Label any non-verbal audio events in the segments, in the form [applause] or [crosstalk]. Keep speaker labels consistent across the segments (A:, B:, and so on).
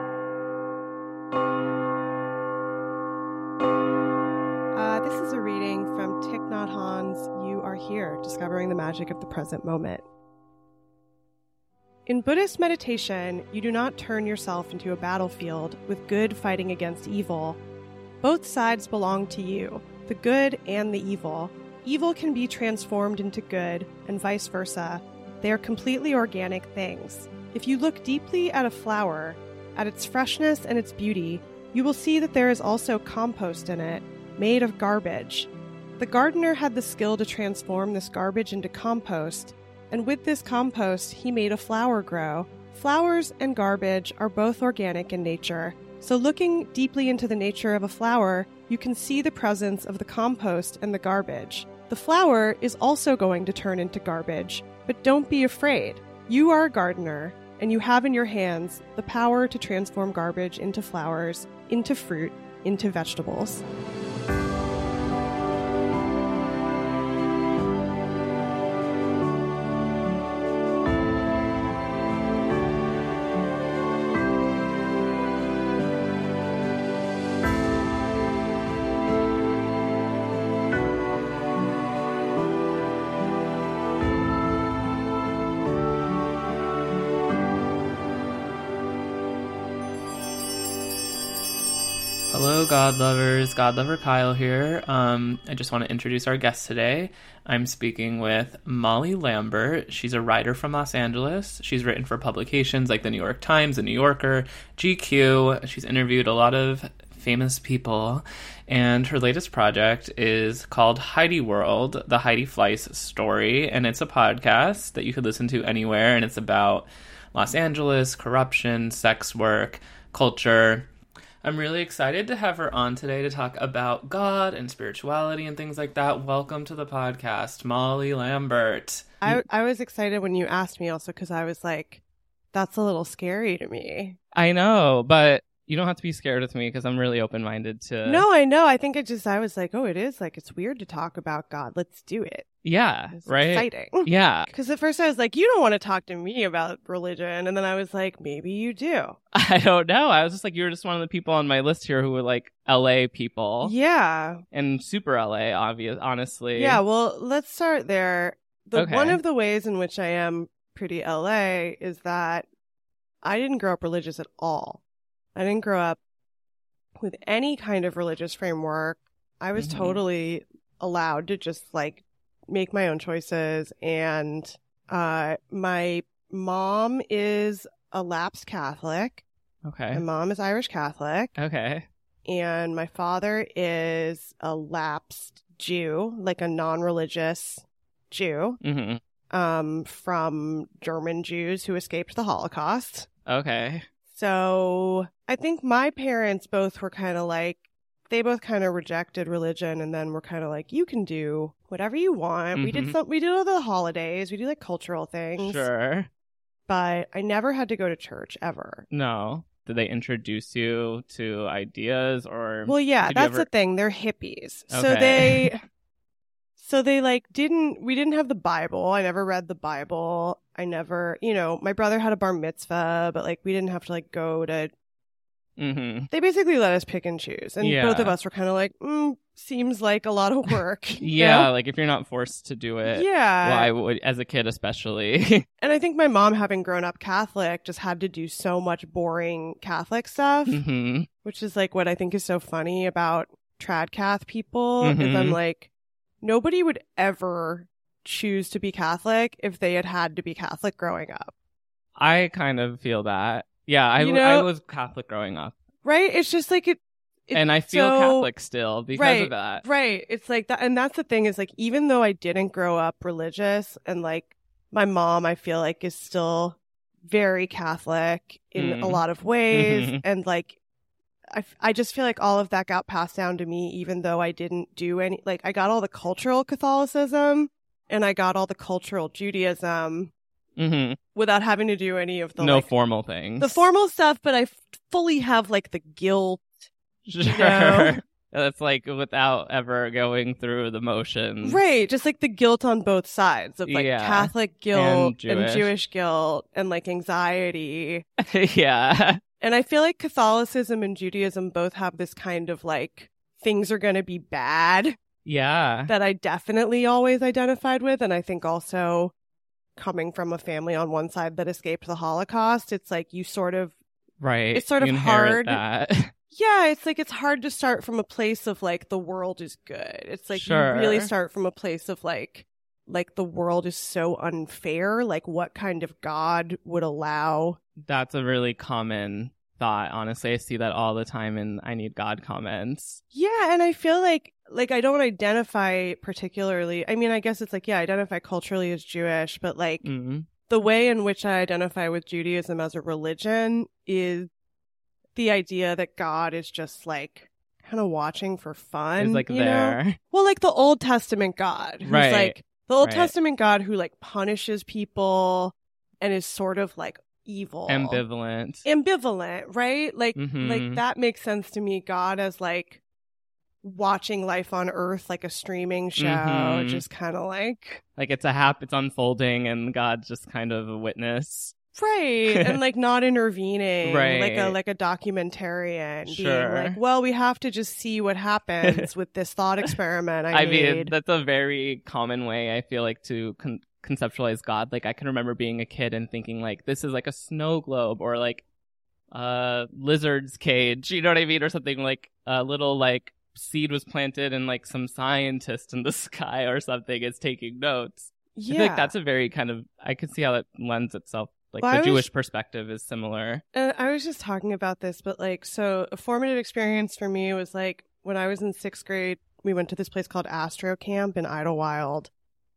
A: Uh, here, discovering the magic of the present moment. In Buddhist meditation, you do not turn yourself into a battlefield with good fighting against evil. Both sides belong to you, the good and the evil. Evil can be transformed into good, and vice versa. They are completely organic things. If you look deeply at a flower, at its freshness and its beauty, you will see that there is also compost in it, made of garbage. The gardener had the skill to transform this garbage into compost, and with this compost, he made a flower grow. Flowers and garbage are both organic in nature, so looking deeply into the nature of a flower, you can see the presence of the compost and the garbage. The flower is also going to turn into garbage, but don't be afraid. You are a gardener, and you have in your hands the power to transform garbage into flowers, into fruit, into vegetables.
B: Hello, God lovers. God lover Kyle here. Um, I just want to introduce our guest today. I'm speaking with Molly Lambert. She's a writer from Los Angeles. She's written for publications like the New York Times, the New Yorker, GQ. She's interviewed a lot of famous people. And her latest project is called Heidi World, the Heidi Fleiss story. And it's a podcast that you could listen to anywhere. And it's about Los Angeles, corruption, sex work, culture. I'm really excited to have her on today to talk about God and spirituality and things like that. Welcome to the podcast, Molly Lambert.
A: I, I was excited when you asked me also because I was like, that's a little scary to me.
B: I know, but you don't have to be scared with me because I'm really open minded to.
A: No, I know. I think it just, I was like, oh, it is like, it's weird to talk about God. Let's do it.
B: Yeah,
A: It's
B: right?
A: exciting. [laughs]
B: Yeah. [laughs]
A: Because at first I was like, you don't want to talk to me about religion. And then I was like, maybe you do.
B: I don't know. I was just like, you were just one of the people on my list here who were like LA people
A: Yeah.
B: and super LA, obvious, honestly.
A: Yeah. Well, let's start there. The,
B: Okay.
A: One of the ways in which I am pretty LA is that I didn't grow up religious at all. I didn't grow up with any kind of religious framework. I was
B: Mhm.
A: totally allowed to just like make my own choices. And uh, my mom is a lapsed Catholic. My
B: Okay.
A: mom is Irish Catholic.
B: Okay.
A: and my father is a lapsed Jew, like a non-religious Jew
B: hmm
A: um, from German Jews who escaped the Holocaust.
B: Okay.
A: So I think my parents both were kind of like they both kind of rejected religion, and then were kind of like, "You can do whatever you want." We did
B: Mhm.
A: some, we did all the holidays, we do like cultural things,
B: Sure.
A: but I never had to go to church ever.
B: No. Did they introduce you to ideas or.
A: Well, yeah,
B: Did you
A: that's the
B: ever-
A: thing. They're hippies. So
B: Okay.
A: they [laughs] so they like didn't we didn't have the Bible. I never read the Bible. I never, you know, my brother had a bar mitzvah, but like we didn't have to like go to
B: hmm
A: They basically let us pick and choose. And
B: Yeah.
A: both of us were kind of like, mm, seems like a lot of work. [laughs] you
B: Yeah.
A: know?
B: Like if you're not forced to do it.
A: Yeah.
B: Why would, as a
A: [laughs]
B: kid especially?
A: And I think my mom having grown up Catholic just had to do so much boring Catholic
B: [laughs]
A: stuff.
B: hmm
A: which is like what I think is so funny about trad cath people is I'm
B: Mhm.
A: like nobody would ever choose to be Catholic if they had had to be Catholic growing up.
B: I kind of feel that. Yeah. I,
A: You
B: I
A: know-
B: was Catholic growing up
A: Right? It's just like it It's
B: and I feel
A: so-
B: Catholic still because
A: Right.
B: of that.
A: right. It's like that and that's the thing is like even though I didn't grow up religious and like my mom I feel like is still very Catholic in a
B: Mm.
A: lot of ways
B: Mhm.
A: and like I, f- I just feel like all of that got passed down to me, even though I didn't do any, like, I got all the cultural Catholicism and I got all the cultural Judaism
B: hmm
A: without having to do any of the,
B: no
A: like,
B: formal things.
A: the formal stuff, but I f- fully have, like, the guilt.
B: [laughs] sure.
A: know?
B: [laughs] That's like without ever going through the motions,
A: Right. Just like the guilt on both sides of, like,
B: Mm. Yeah.
A: Catholic guilt
B: And Jewish.
A: Jewish guilt and, like, anxiety.
B: [laughs] yeah,
A: And I feel like Catholicism and Judaism both have this kind of, like, things are going to be bad.
B: Yeah.
A: that I definitely always identified with. And I think also coming from a family on one side that escaped the Holocaust, it's like you sort of,
B: right.
A: it's sort of
B: You
A: hard.
B: inherit That. [laughs]
A: yeah, it's like it's hard to start from a place of like the world is good. It's like you really
B: Sure.
A: start from a place of like, like the world is so unfair. Like, what kind of God would allow?
B: That's a really common thought. Honestly, I see that all the time in I Need God comments.
A: Yeah, and I feel like like I don't identify particularly. I mean, I guess it's like yeah, I identify culturally as Jewish, but like
B: Mm.
A: the way in which I identify with Judaism as a religion is the idea that God is just like kind of watching for fun.
B: It's like
A: you know?
B: there.
A: Well, like the Old Testament God. Who's
B: Right,
A: like the Old
B: right.
A: Testament God who like punishes people and is sort of like evil.
B: Ambivalent.
A: Ambivalent, right? Like like
B: Mhm.
A: that makes sense to me. God as like watching life on earth like a streaming show,
B: Mhm.
A: just kind of like
B: Like it's a hap, it's unfolding, and God's just kind of a witness. [laughs]
A: right and like not intervening like a
B: Right.
A: like a documentarian
B: Sure.
A: being like well we have to just see what
B: [laughs]
A: happens with this thought experiment i,
B: I,
A: made
B: mean, that's a very common way I feel like to con- conceptualize God. Like I can remember being a kid and thinking like this is like a snow globe or like a lizard's cage, you know what I mean, or something like a little like seed was planted and like some scientist in the [laughs] sky or something is taking notes. I
A: yeah
B: feel like that's a very kind of I can see how that lends itself. Like
A: Well, I
B: the
A: was-
B: Jewish perspective is similar.
A: Uh, I was just talking about this, but like, so a formative experience for me was like when I was in sixth grade, we went to this place called Astro Camp in Idlewild.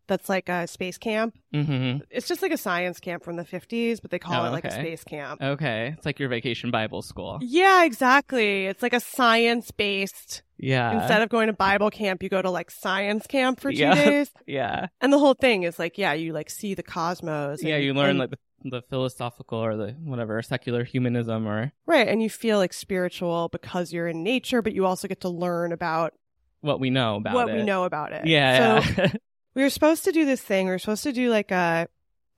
A: That's like a space camp.
B: hmm
A: It's just like a science camp from the 50s, but they call
B: Oh,
A: it like a
B: okay. Oh.
A: space camp.
B: Okay, it's like your vacation Bible school.
A: Yeah, exactly. It's like a science based
B: Yeah.
A: instead of going to Bible camp, you go to like science camp for two
B: Uh-huh. Yeah. [laughs]
A: days.
B: yeah.
A: And the whole thing is like, yeah, you like see the cosmos. And,
B: Yeah, you learn
A: and-
B: like the, the philosophical or the whatever secular humanism or
A: right. And you feel like spiritual because you're in nature, but you also get to learn about
B: what we know about
A: what
B: it.
A: we know about it.
B: Yeah.
A: So
B: yeah.
A: we were supposed to do this thing. We were supposed to do like a,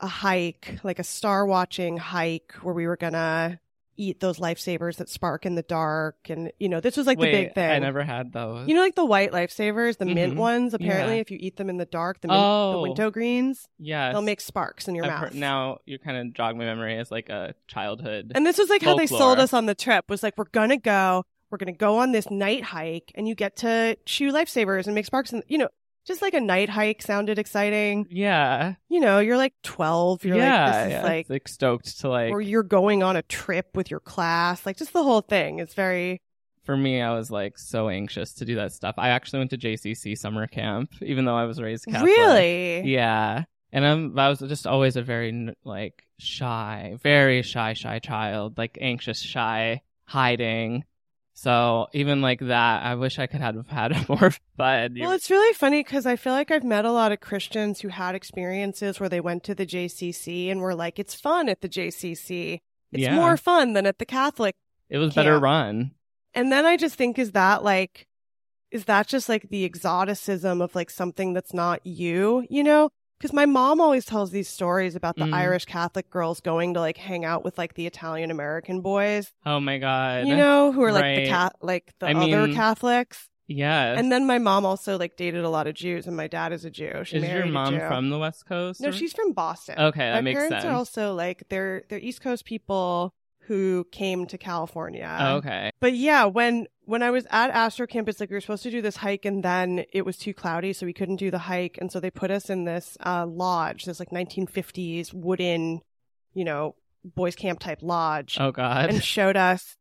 A: a hike, like a star watching hike where we were going to eat those lifesavers that spark in the dark. And, you know, this was like
B: [laughs] Wait,
A: the big thing.
B: I never had those.
A: you know, like the white lifesavers, the mint
B: Mhm.
A: ones, apparently,
B: Yeah.
A: if you eat them in the dark, the, mint, the
B: Oh.
A: window greens,
B: yes.
A: they'll make sparks in your
B: I've
A: mouth.
B: heard- now you're kind of jogging my memory as like a childhood.
A: And this was like how they
B: Folklore.
A: sold us on the trip was like, we're going to go, we're going to go on this night hike and you get to chew lifesavers and make sparks. And, you know, just like a night hike sounded exciting.
B: yeah.
A: You know, you're like 12. You're
B: yeah.
A: like, this is
B: yeah.
A: like,
B: It's, like stoked to like
A: or you're going on a trip with your class. Like just the whole thing is very,
B: for me I was like so anxious to do that stuff. I actually went to JCC summer camp even though I was raised Catholic.
A: really?
B: Yeah. And I'm, I was just always a very, like, shy, very shy, shy child, like, anxious, shy, hiding. So even like that, I wish I could have had [laughs] more fun.
A: Well, it's really funny because I feel like I've met a lot of Christians who had experiences where they went to the JCC and were like, it's fun at the JCC. It's
B: Yeah.
A: more fun than at the Catholic
B: it was better
A: camp.
B: run.
A: And then I just think, is that like, is that just like the exoticism of like something that's not you, you know? Because my mom always tells these stories about the
B: Mm.
A: Irish Catholic girls going to like hang out with like the Italian American boys,
B: Oh my God.
A: you know, who are like the
B: Right.
A: cat, like the
B: I
A: other
B: mean,
A: Catholics.
B: Yes.
A: And then my mom also like dated a lot of Jews, and my dad is a Jew. She
B: Is
A: married
B: your
A: a
B: mom
A: Jew.
B: from the West Coast?
A: No,
B: or-
A: she's from Boston.
B: Okay, that
A: my
B: makes
A: parents
B: sense.
A: are also like they're they're East Coast people who came to California.
B: Oh, okay.
A: But yeah, when when I was at Astro Camp, it's like we were supposed to do this hike, and then it was too cloudy, so we couldn't do the hike, and so they put us in this uh, lodge, this like 1950s wooden, you know, boys camp type lodge,
B: Oh God.
A: and showed us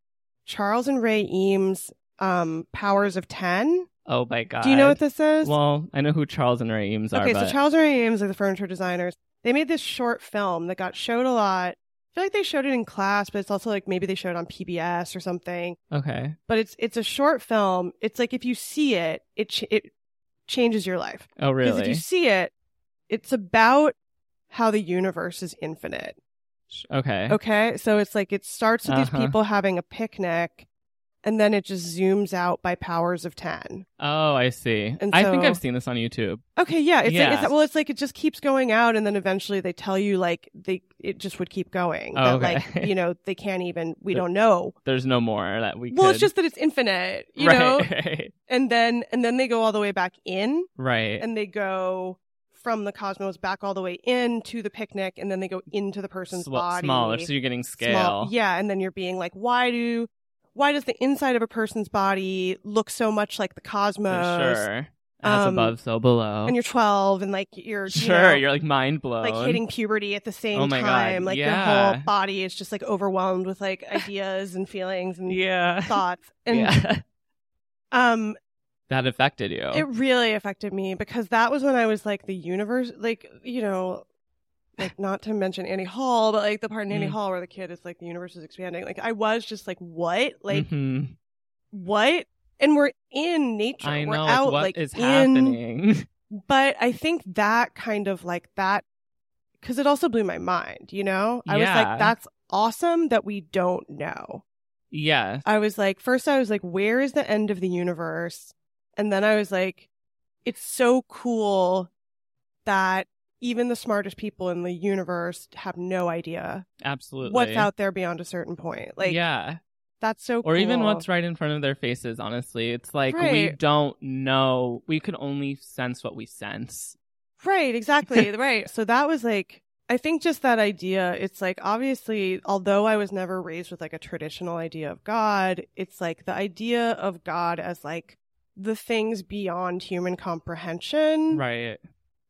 A: Charles and Ray Eames' um, Powers of Ten.
B: [laughs] oh my God.
A: Do you know what this is?
B: Well, I know who Charles and Ray Eames are.
A: okay,
B: but
A: so Charles and Ray Eames are the furniture designers. They made this short film that got showed a lot. I feel like they showed it in class, but it's also like maybe they showed it on PBS or something
B: okay.
A: but it's it's a short film. It's like if you see it, it ch- it changes your life
B: Oh
A: because
B: really?
A: if you see it, it's about how the universe is infinite.
B: okay.
A: Okay, so it's like it starts with these
B: Uh-huh.
A: people having a picnic, and then it just zooms out by powers of ten.
B: Oh, I see.
A: And
B: I think
A: so-
B: I've seen this on YouTube.
A: Okay, yeah, it's like
B: Yeah.
A: it's, well, it's like it just keeps going out, and then eventually they tell you like they it just would keep going.
B: Oh,
A: that,
B: okay.
A: Like you know they can't even. We
B: The-
A: don't know.
B: There's no more that [laughs] we.
A: Well,
B: could...
A: it's just that it's infinite,
B: [laughs]
A: you
B: right,
A: know.
B: Right.
A: And then and then they go all the way back in,
B: right.
A: and they go from the cosmos back all the way in to the picnic, and then they go into the person's
B: Sw-
A: body.
B: smaller, so you're getting scale.
A: Small- yeah, and then you're being like, why do, why does the inside of a person's body look so much like the cosmos?
B: For sure. As
A: uh, um,
B: above, so below.
A: And you're 12, and like you're you
B: sure,
A: know,
B: you're like mind blown.
A: like hitting puberty at the same
B: Oh my God,
A: time. Like your
B: yeah.
A: whole body is just like overwhelmed with like ideas and feelings and
B: [laughs] Yeah.
A: [laughs] thoughts. And
B: yeah.
A: um,
B: that affected you.
A: it really affected me because that was when I was like the universe, like you know. Like not to mention Annie Hall, but like the part in Annie
B: Mm.
A: Hall where the kid is like the universe is expanding. Like I was just like, what? Like
B: Mhm.
A: what? And we're in nature.
B: I
A: we're
B: know
A: out
B: like, what
A: like
B: is
A: in,
B: happening. [laughs]
A: But I think that kind of like that because it also blew my mind, you know? I was
B: Yeah.
A: like, that's awesome that we don't know.
B: yeah.
A: I was like, first I was like, where is the end of the universe? And then I was like, it's so cool that even the smartest people in the universe have no idea
B: Absolutely.
A: what's out there beyond a certain point. Like
B: yeah.
A: that's so cool.
B: or even what's right in front of their faces honestly it's like we
A: Right.
B: don't know we can only sense what we sense
A: Right,
B: [laughs]
A: exactly. right. So that was like I think just that idea, it's like obviously, although I was never raised with like a traditional idea of God, it's like the idea of God as like the things beyond human comprehension.
B: right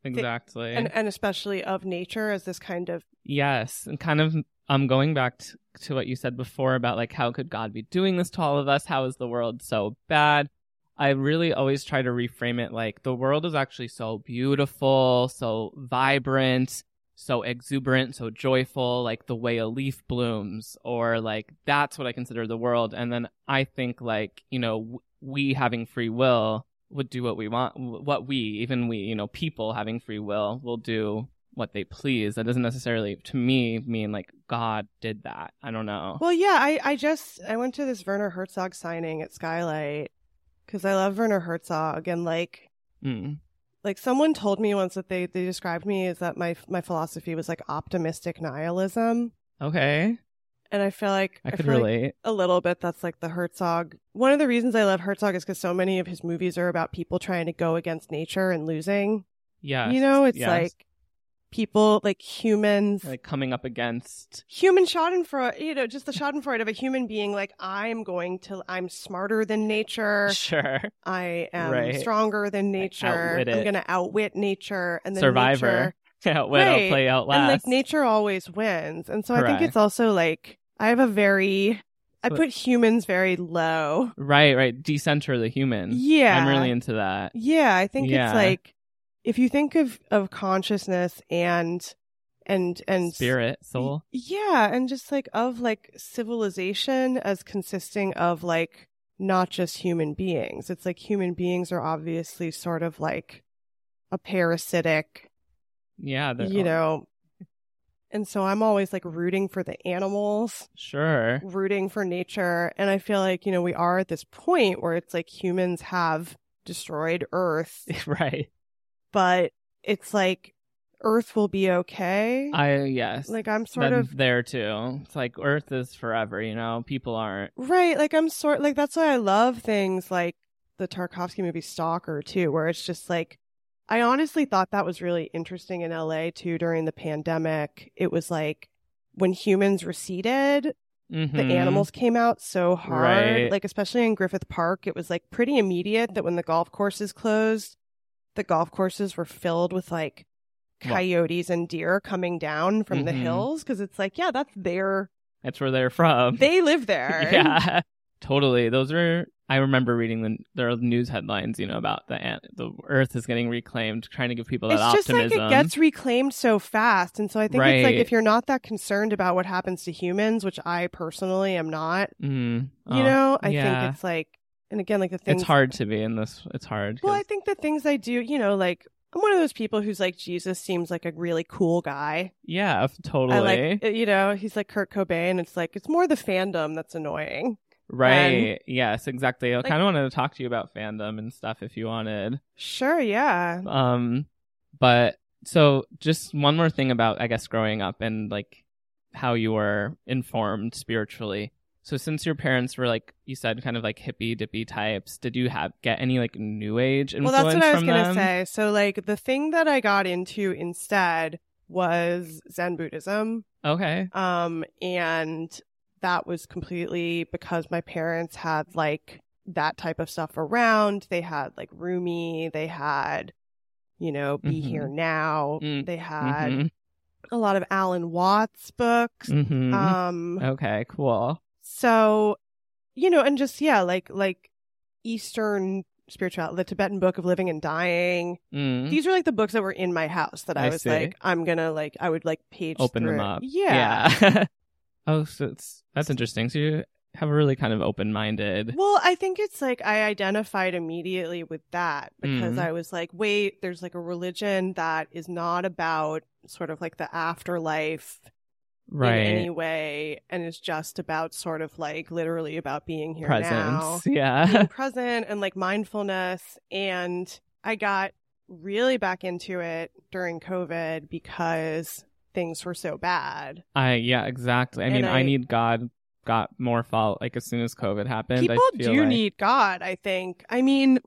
B: exactly
A: And and especially of nature as this kind of
B: yes and kind of i'm going back t- to what you said before about like how could god be doing this to all of us how is the world so bad i really always try to reframe it like the world is actually so beautiful so vibrant so exuberant, so joyful, like the way a leaf blooms, or like that's what I consider the world. And then I think, like, you know, w- we having free will would do what we want, w- what we, even we, you know, people having free will will do what they please. That doesn't necessarily, to me, mean like God did that. I don't know.
A: Well, yeah, I, I just I went to this Werner Herzog signing at Skylight because I love Werner Herzog and like
B: Mm.
A: like someone told me once that they they described me is that my my philosophy was like optimistic nihilism
B: Okay.
A: and i feel like
B: I could
A: feel like
B: relate.
A: a little bit that's like the herzog one of the reasons i love herzog is because so many of his movies are about people trying to go against nature and losing
B: yeah.
A: you know it's
B: yes.
A: like people like humans
B: Like coming up against.
A: human schadenfreude you know just the schadenfreude of a human being like i'm going to i'm smarter than nature
B: Sure. [laughs]
A: i am
B: Right.
A: stronger than nature
B: outwit it.
A: i'm gonna outwit nature and then
B: Survivor.
A: nature-
B: Out
A: Right.
B: play
A: And
B: out last.
A: like nature always wins. And so I
B: Correct.
A: think it's also like I have a very I
B: But-
A: put humans very low.
B: Right, right. Decenter the human.
A: Yeah.
B: I'm really into that.
A: Yeah, I think
B: Yeah.
A: it's like if you think of of consciousness and and and
B: Spirit, soul.
A: Yeah, and just like of like civilization as consisting of like not just human beings. It's like human beings are obviously sort of like a parasitic
B: Yeah. they're-
A: you know and so i'm always like rooting for the animals [laughs]
B: Sure. [laughs]
A: rooting for nature and i feel like you know we are at this point where it's like humans have destroyed
B: [laughs]
A: earth
B: right.
A: but it's like earth will be okay
B: I yes.
A: like i'm sort
B: Then
A: of
B: there too. It's like Earth is forever. You know, people aren't.
A: right like i'm sort like that's why i love things like the tarkovsky movie stalker too where it's just like i honestly thought that was really interesting in la too during the pandemic it was like when humans receded the
B: Mhm.
A: animals came out so hard.
B: Right.
A: Like especially in Griffith Park, it was like pretty immediate that when the golf courses closed, the golf courses were filled with like
B: Well-
A: coyotes and deer coming down from the
B: Mhm.
A: hills because it's like, yeah, that's
B: [laughs]
A: their
B: That's where they're from. [laughs]
A: they live there.
B: yeah. Totally. Those are. I remember reading the there are news headlines. You know about the an- the Earth is getting reclaimed, trying to give people that
A: It's just
B: optimism.
A: like it gets reclaimed so fast. And so I think it's like
B: Right.
A: if you're not that concerned about what happens to humans, which I personally am not,
B: Mm.
A: you
B: Oh.
A: know, I
B: yeah.
A: think it's like and again like the things
B: It's hard to be in this. It's hard.
A: Well, I
B: 'cause-
A: think the things I do, you know, like I'm one of those people who's like Jesus seems like a really cool guy.
B: yeah, f- totally.
A: I like, uh, you know, he's like Kurt Cobain. It's like it's more the fandom that's annoying.
B: Right. yes, exactly. I
A: Like-
B: kind of wanted to talk to you about fandom and stuff if you wanted.
A: Sure, yeah,
B: Um but so just one more thing about i guess growing up and like how you were informed spiritually so since your parents were like you said kind of like hippie dippy types did you have get any like new age influence
A: Well, that's what I was
B: from
A: gonna
B: them?
A: say. So, like, the thing that I got into instead was Zen Buddhism.
B: okay
A: Um, and that was completely because my parents had like that type of stuff around. They had like Rumi, they had, you know, Be
B: Mhm.
A: Here Now,
B: Mm,
A: they had a lot of Alan Watts books.
B: Mhm, mhm.
A: Um,
B: okay cool
A: so, you know, and just, yeah, like, like Eastern spirituality, the Tibetan book of living and dying.
B: Mm.
A: These were like the books that were in my house that I,
B: I
A: was
B: see.
A: like, I'm gonna like, I would like page
B: Open them
A: through.
B: up.
A: Yeah. [laughs]
B: Yeah. oh, so it's that's interesting. So you have a really kind of open minded.
A: Well, I think it's like I identified immediately with that because
B: Mhm.
A: I was like, wait, there's like a religion that is not about sort of like the afterlife
B: Right.
A: in any way, and is just about sort of like literally about being here
B: Presence. [laughs]
A: now.
B: Yeah.
A: [laughs] being present and like mindfulness. And I got really back into it during COVID because things were so bad.
B: I yeah, exactly. I
A: And
B: mean, I,
A: I-
B: need God got more follow like as soon as COVID happened.
A: People
B: I feel
A: do
B: like-
A: need God, I think. I mean,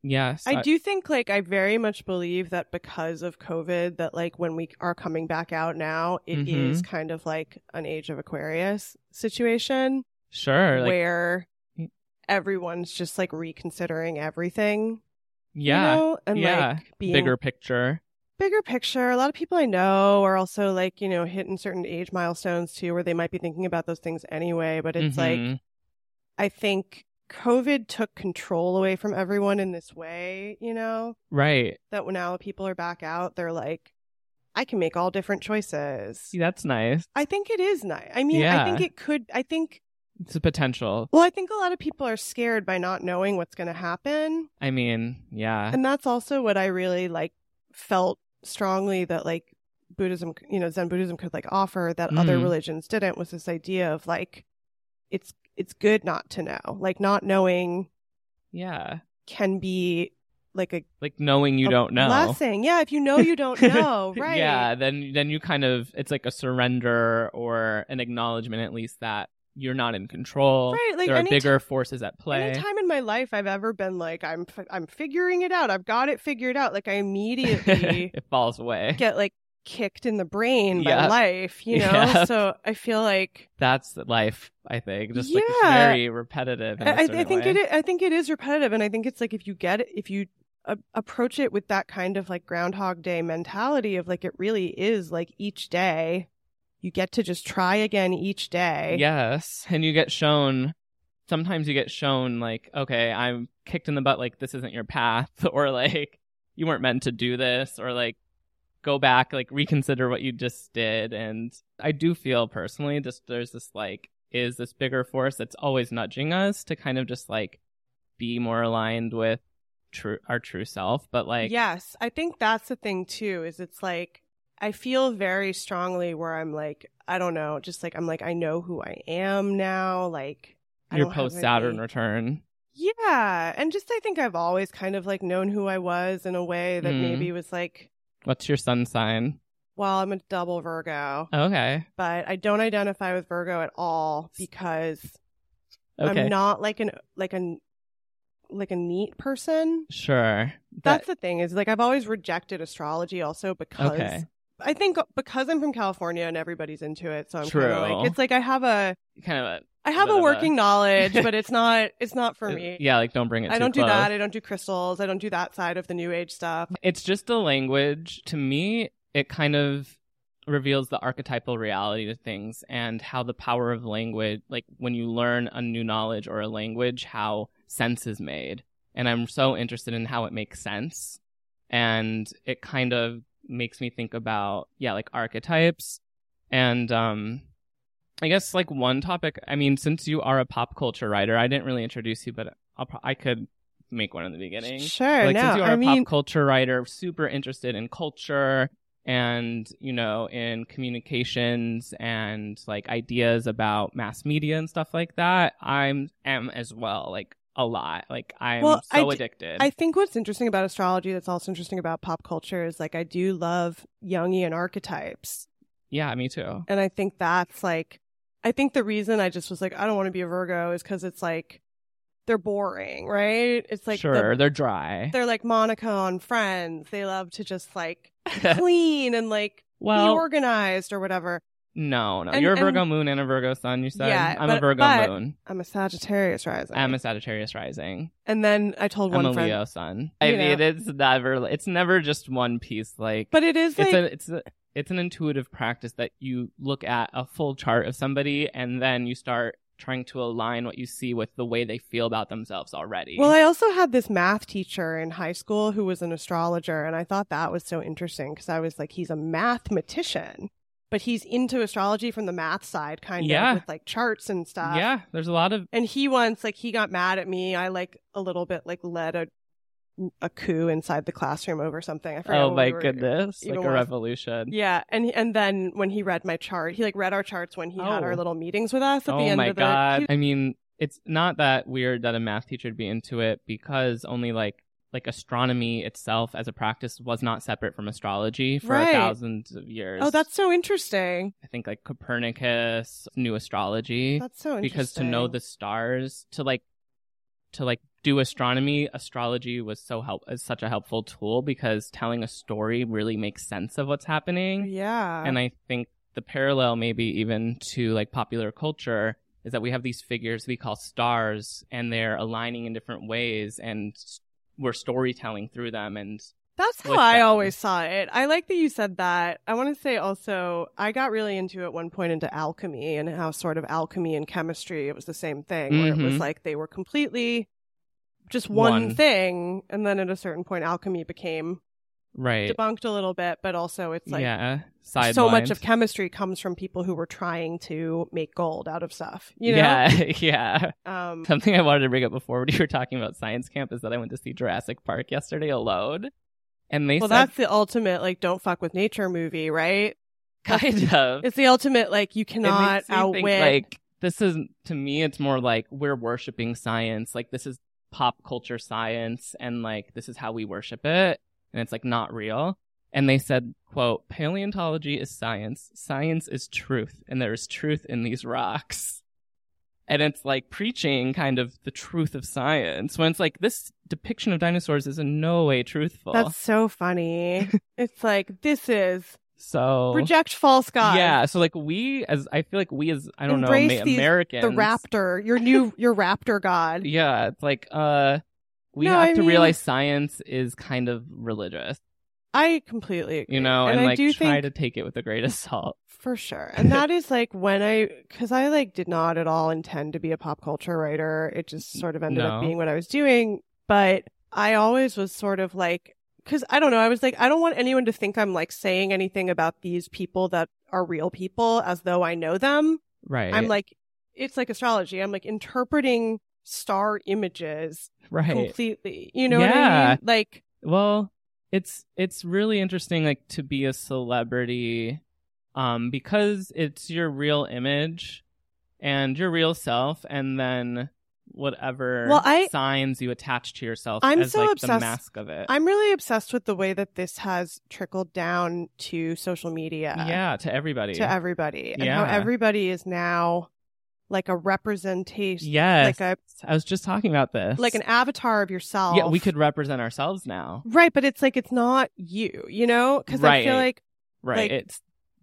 B: Yes.
A: I do think like I very much believe that because of COVID that like when we are coming back out now, it is
B: Mhm.
A: kind of like an age of Aquarius situation
B: sure. Like
A: where everyone's just like reconsidering everything.
B: yeah.
A: You know? And
B: yeah.
A: like being
B: Bigger picture.
A: bigger picture, a lot of people I know are also like, you know, hitting certain age milestones too, where they might be thinking about those things anyway. But it's like,
B: Mhm.
A: I think COVID took control away from everyone in this way, you know,
B: Right.
A: that when now people are back out, they're like, I can make all different choices.
B: See, that's nice.
A: I think it is nice. I mean, I think
B: Yeah.
A: it could, I think,
B: It's a potential.
A: well, I think a lot of people are scared by not knowing what's going to happen.
B: I mean, yeah.
A: and that's also what i really like felt strongly that like buddhism you know zen buddhism could like offer that other
B: Mhm.
A: religions didn't was this idea of like it's it's good not to know like not knowing
B: Yeah.
A: can be like a,
B: Like knowing you
A: a
B: don't know.
A: blessing yeah if you know you
B: [laughs]
A: don't know right
B: Yeah, then then you kind of it's like a surrender or an acknowledgement at least that you're not in control.
A: right like
B: there are
A: any
B: bigger forces at play. [laughs]
A: Any time in my life I've ever been like I'm f- I'm figuring it out. I've got it figured out. Like I
B: [laughs]
A: immediately
B: it falls away.
A: get like kicked in the brain by
B: Yeah.
A: life, you know?
B: Yeah.
A: So I feel like
B: That's life, I think. Just like it's
A: Yeah.
B: very repetitive. in a
A: I, I
B: certain
A: think
B: way.
A: it is, I think it is repetitive and I think it's like if you get it, if you a- approach it with that kind of like groundhog day mentality of like it really is like each day you get to just try again each day.
B: Yes, and you get shown. Sometimes you get shown like, okay, I'm kicked in the butt. Like this isn't your path, [laughs] or like you weren't meant to do this, or like go back, like reconsider what you just did. And I do feel personally, just there's this like, is this bigger force that's always nudging us to kind of just like be more aligned with true our true self, but like,
A: yes, I think that's the thing too is it's like I feel very strongly where I'm like I don't know, just like I'm like I know who I am now, like I
B: your
A: don't have
B: post Saturn
A: any-
B: return.
A: Yeah. And just I think I've always kind of like known who I was in a way that
B: Mm.
A: maybe was like,
B: What's your sun sign?
A: well, I'm a double Virgo,
B: Okay,
A: but I don't identify with Virgo at all because
B: okay,
A: I'm not like an like an like a neat person.
B: sure.
A: That's the thing is like I've always rejected astrology also because
B: Okay.
A: I think because I'm from California and everybody's into it, so I'm kind of
B: True.
A: like it's like I have a
B: That kind of a
A: I have
B: Bit
A: a
B: of a-
A: working
B: [laughs]
A: knowledge, but it's not it's not for
B: Uh,
A: me.
B: Yeah, like don't bring it.
A: I
B: too
A: don't do
B: close.
A: that. I don't do crystals. I don't do that side of the new age stuff.
B: It's just the language. To me, it kind of reveals the archetypal reality to things and how the power of language, like when you learn a new knowledge or a language, how sense is made. And I'm so interested in how it makes sense. And it kind of makes me think about, yeah, like archetypes. And um, I guess like one topic, I mean, since you are a pop culture writer, I didn't really introduce you, but I'll pro- I could make one in the beginning.
A: Sure.
B: like
A: no,
B: since you are
A: I
B: a
A: mean,
B: pop culture writer super interested in culture and you know in communications and like ideas about mass media and stuff like that i'm am as well like a lot. Like I'm
A: Well, I
B: so
A: d-
B: addicted.
A: I think what's interesting about astrology that's also interesting about pop culture is like I do love Jungian archetypes.
B: yeah, me too.
A: And I think that's like, I think the reason I just was like, I don't want to be a Virgo is because it's like, they're boring, right? It's like, the-
B: sure, they're dry.
A: they're like Monica on Friends. They love to just
B: [laughs]
A: like clean and like be
B: well,
A: organized or whatever.
B: no, no.
A: and-
B: You're a Virgo
A: and-
B: moon and a Virgo sun. You said
A: Yeah,
B: I'm a
A: but-
B: Virgo
A: but-
B: moon.
A: I'm a Sagittarius rising.
B: I'm a Sagittarius rising.
A: and then I told
B: I'm
A: one
B: a
A: friend.
B: Leo sun. I
A: You
B: mean, it's never. It's never just one piece. Like
A: But it is like,
B: it's a, it's a, it's an intuitive practice that you look at a full chart of somebody and then you start trying to align what you see with the way they feel about themselves already.
A: well, I also had this math teacher in high school who was an astrologer. And I thought that was so interesting because I was like, he's a mathematician, but he's into astrology from the math side, kind
B: Yeah.
A: of with like charts and stuff.
B: yeah, there's a lot of
A: And he once, like, he got mad at me. I, like, a little bit, like, led a, a coup inside the classroom over something. I forgot
B: oh
A: what
B: my
A: we were-
B: goodness,
A: even
B: like a
A: worse.
B: revolution.
A: Yeah. And, and then when he read my chart, he, like, read our charts when he had
B: Oh.
A: our little meetings with us at the
B: oh
A: end
B: my
A: of the.
B: god!
A: he-
B: I mean, it's not that weird that a math teacher would be into it because only like like astronomy itself as a practice was not separate from astrology for
A: Right.
B: thousands of years.
A: oh, that's so interesting.
B: I think like Copernicus knew astrology.
A: That's so interesting.
B: because to know the stars to like to like do astronomy astrology was so help is such a helpful tool because telling a story really makes sense of what's happening
A: Yeah.
B: and i think the parallel maybe even to like popular culture is that we have these figures we call stars and they're aligning in different ways and s- we're storytelling through them and
A: That's how
B: with
A: I
B: them.
A: always saw it. I like that you said that. I want to say also, I got really into at one point into alchemy and how sort of alchemy and chemistry, it was the same thing, where it was
B: Mhm.
A: like they were completely just one,
B: One.
A: thing. And then at a certain point, alchemy became
B: right
A: debunked a little bit, but also it's like
B: yeah side
A: so much of chemistry comes from people who were trying to make gold out of stuff, you know?
B: yeah [laughs] yeah
A: Um,
B: [laughs] Something I wanted to bring up before when you [laughs] were talking about science camp is that I went to see Jurassic Park yesterday alone. And they
A: well,
B: said
A: that's the ultimate, like, don't fuck with nature movie, right?
B: kind of
A: It's the ultimate, like, you
B: It
A: cannot
B: makes me
A: outwit.
B: think, like this is to me it's more like we're worshiping science. Like this is pop culture science and like this is how we worship it and it's like not real. And they said, quote, paleontology is science, science is truth, and there is truth in these rocks. and it's like preaching kind of the truth of science when it's like this depiction of dinosaurs is in no way truthful.
A: That's so
B: [laughs]
A: funny. it's like this is
B: so
A: reject false gods.
B: Oh. yeah, so like we as I feel like we as I don't know
A: Embrace
B: ma-
A: these- the
B: Americans
A: the raptor, your
B: [laughs]
A: new your raptor god.
B: yeah, it's like uh we
A: No,
B: have
A: I
B: to
A: mean-
B: realize science is kind of religious,
A: I completely agree.
B: you know,
A: and
B: and,
A: I
B: like
A: do
B: try
A: think-
B: to take it with a grain of salt.
A: For sure. And that is like when I, because I like did not at all intend to be a pop culture writer. It just sort of ended up
B: No.
A: being what I was doing. But I always was sort of like, because I don't know, I was like, I don't want anyone to think I'm like saying anything about these people that are real people as though I know them.
B: Right.
A: I'm like, it's like astrology. I'm like interpreting star images
B: right.
A: completely. You know what I
B: Yeah.
A: mean? Like,
B: well, it's it's really interesting like to be a celebrity um because it's your real image and your real self and then whatever
A: Well, I-
B: signs you attach to yourself
A: I'm
B: as
A: so
B: like the
A: obsessed-
B: mask of it.
A: I'm really obsessed with the way that this has trickled down to social media
B: yeah, to everybody.
A: to everybody and how
B: Yeah.
A: everybody is now like a representation,
B: yes.
A: like a,
B: I was just talking about this.
A: like an avatar of yourself.
B: Yeah, we could represent ourselves now.
A: Right. But it's like, it's not you, you know? Cause I feel
B: Right. Oh.
A: like,
B: Right.
A: Like-
B: it's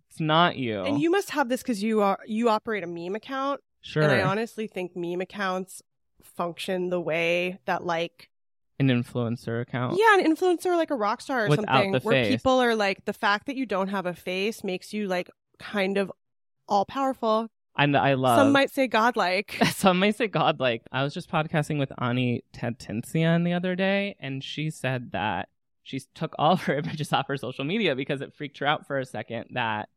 B: it's not you.
A: and you must have this cause you are, you operate a meme account.
B: sure
A: And I honestly think meme accounts function the way that like
B: an influencer account.
A: yeah, an influencer or, like a rock star or
B: Oh. Without
A: something
B: the
A: where
B: face.
A: people are like the fact that you don't have a face makes you like kind of all powerful.
B: And I love
A: Some might say godlike.
B: some might say godlike. I was just podcasting with Ani Tentincian the other day, and she said that she took all [laughs] of her images off her social media because it freaked her out for a second that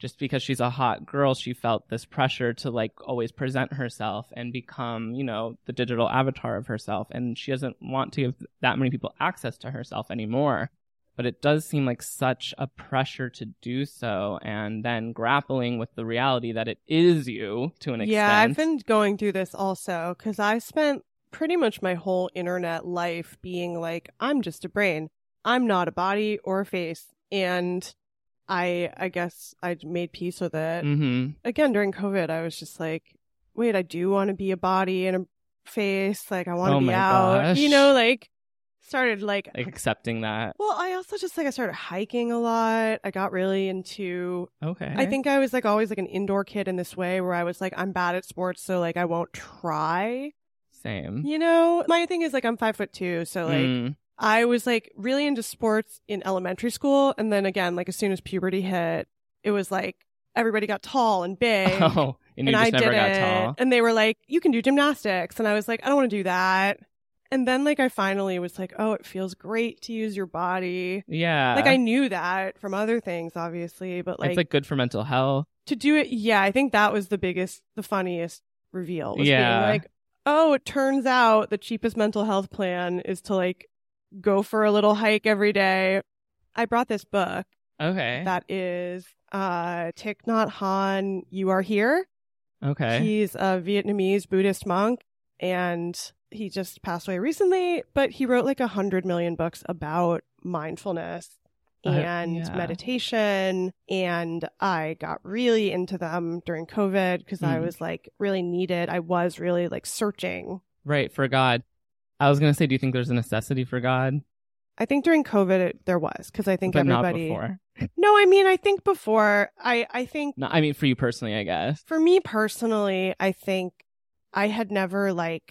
B: just because she's a hot girl, she felt this pressure to like always present herself and become, you know, the digital avatar of herself. And she doesn't want to give that many people access to herself anymore. But it does seem like such a pressure to do so, and then grappling with the reality that it is you [laughs] to an extent.
A: yeah, I've been going through this also cuz I spent pretty much my whole internet life being like, I'm just a brain. I'm not a body or a face. And I, I guess I made peace with it.
B: Mm-hmm.
A: Again, during COVID, I was just like, wait, I do want to be a body and a face. Like, I want to
B: Oh
A: be
B: my
A: out.
B: gosh.
A: You know, like, started
B: Like accepting that.
A: well, I also just like I started hiking a lot. I got really into
B: Okay.
A: I think I was like always like an indoor kid in this way where I was like I'm bad at sports so like I won't try.
B: same.
A: You know, my thing is like I'm 5 foot 2 so like [laughs]
B: Mm.
A: I was like really into sports in elementary school and then again like as soon as puberty hit it was like everybody got tall and big.
B: [laughs] Oh, and you
A: and I
B: just never
A: did
B: got
A: it.
B: tall.
A: And they were like, "You can do gymnastics," and I was like, "I don't want to do that." And then like I finally was like, "Oh, it feels great to use your body."
B: Yeah.
A: like I knew that from other things, obviously, but like,
B: it's like good for mental health.
A: to do it, yeah, I think that was the biggest, the funniest reveal. Was
B: Yeah.
A: being like, oh, it turns out the cheapest mental health plan is to like go for a little hike every day. I brought this book
B: Okay.
A: that is uh Thich Nhat Hanh, You Are Here.
B: okay.
A: He's a Vietnamese Buddhist monk and he just passed away recently, but he wrote like a hundred million books about mindfulness
B: Uh,
A: and
B: yeah.
A: meditation. And I got really into them during COVID because I
B: Mm.
A: was like really needed. I was really like searching.
B: right for God. I was gonna say, do you think there's a necessity for God?
A: I think during COVID it, there was because I think
B: but
A: everybody.
B: not before.
A: No, I mean I think before I I think
B: No, I mean for you personally, I guess.
A: for me personally, I think I had never like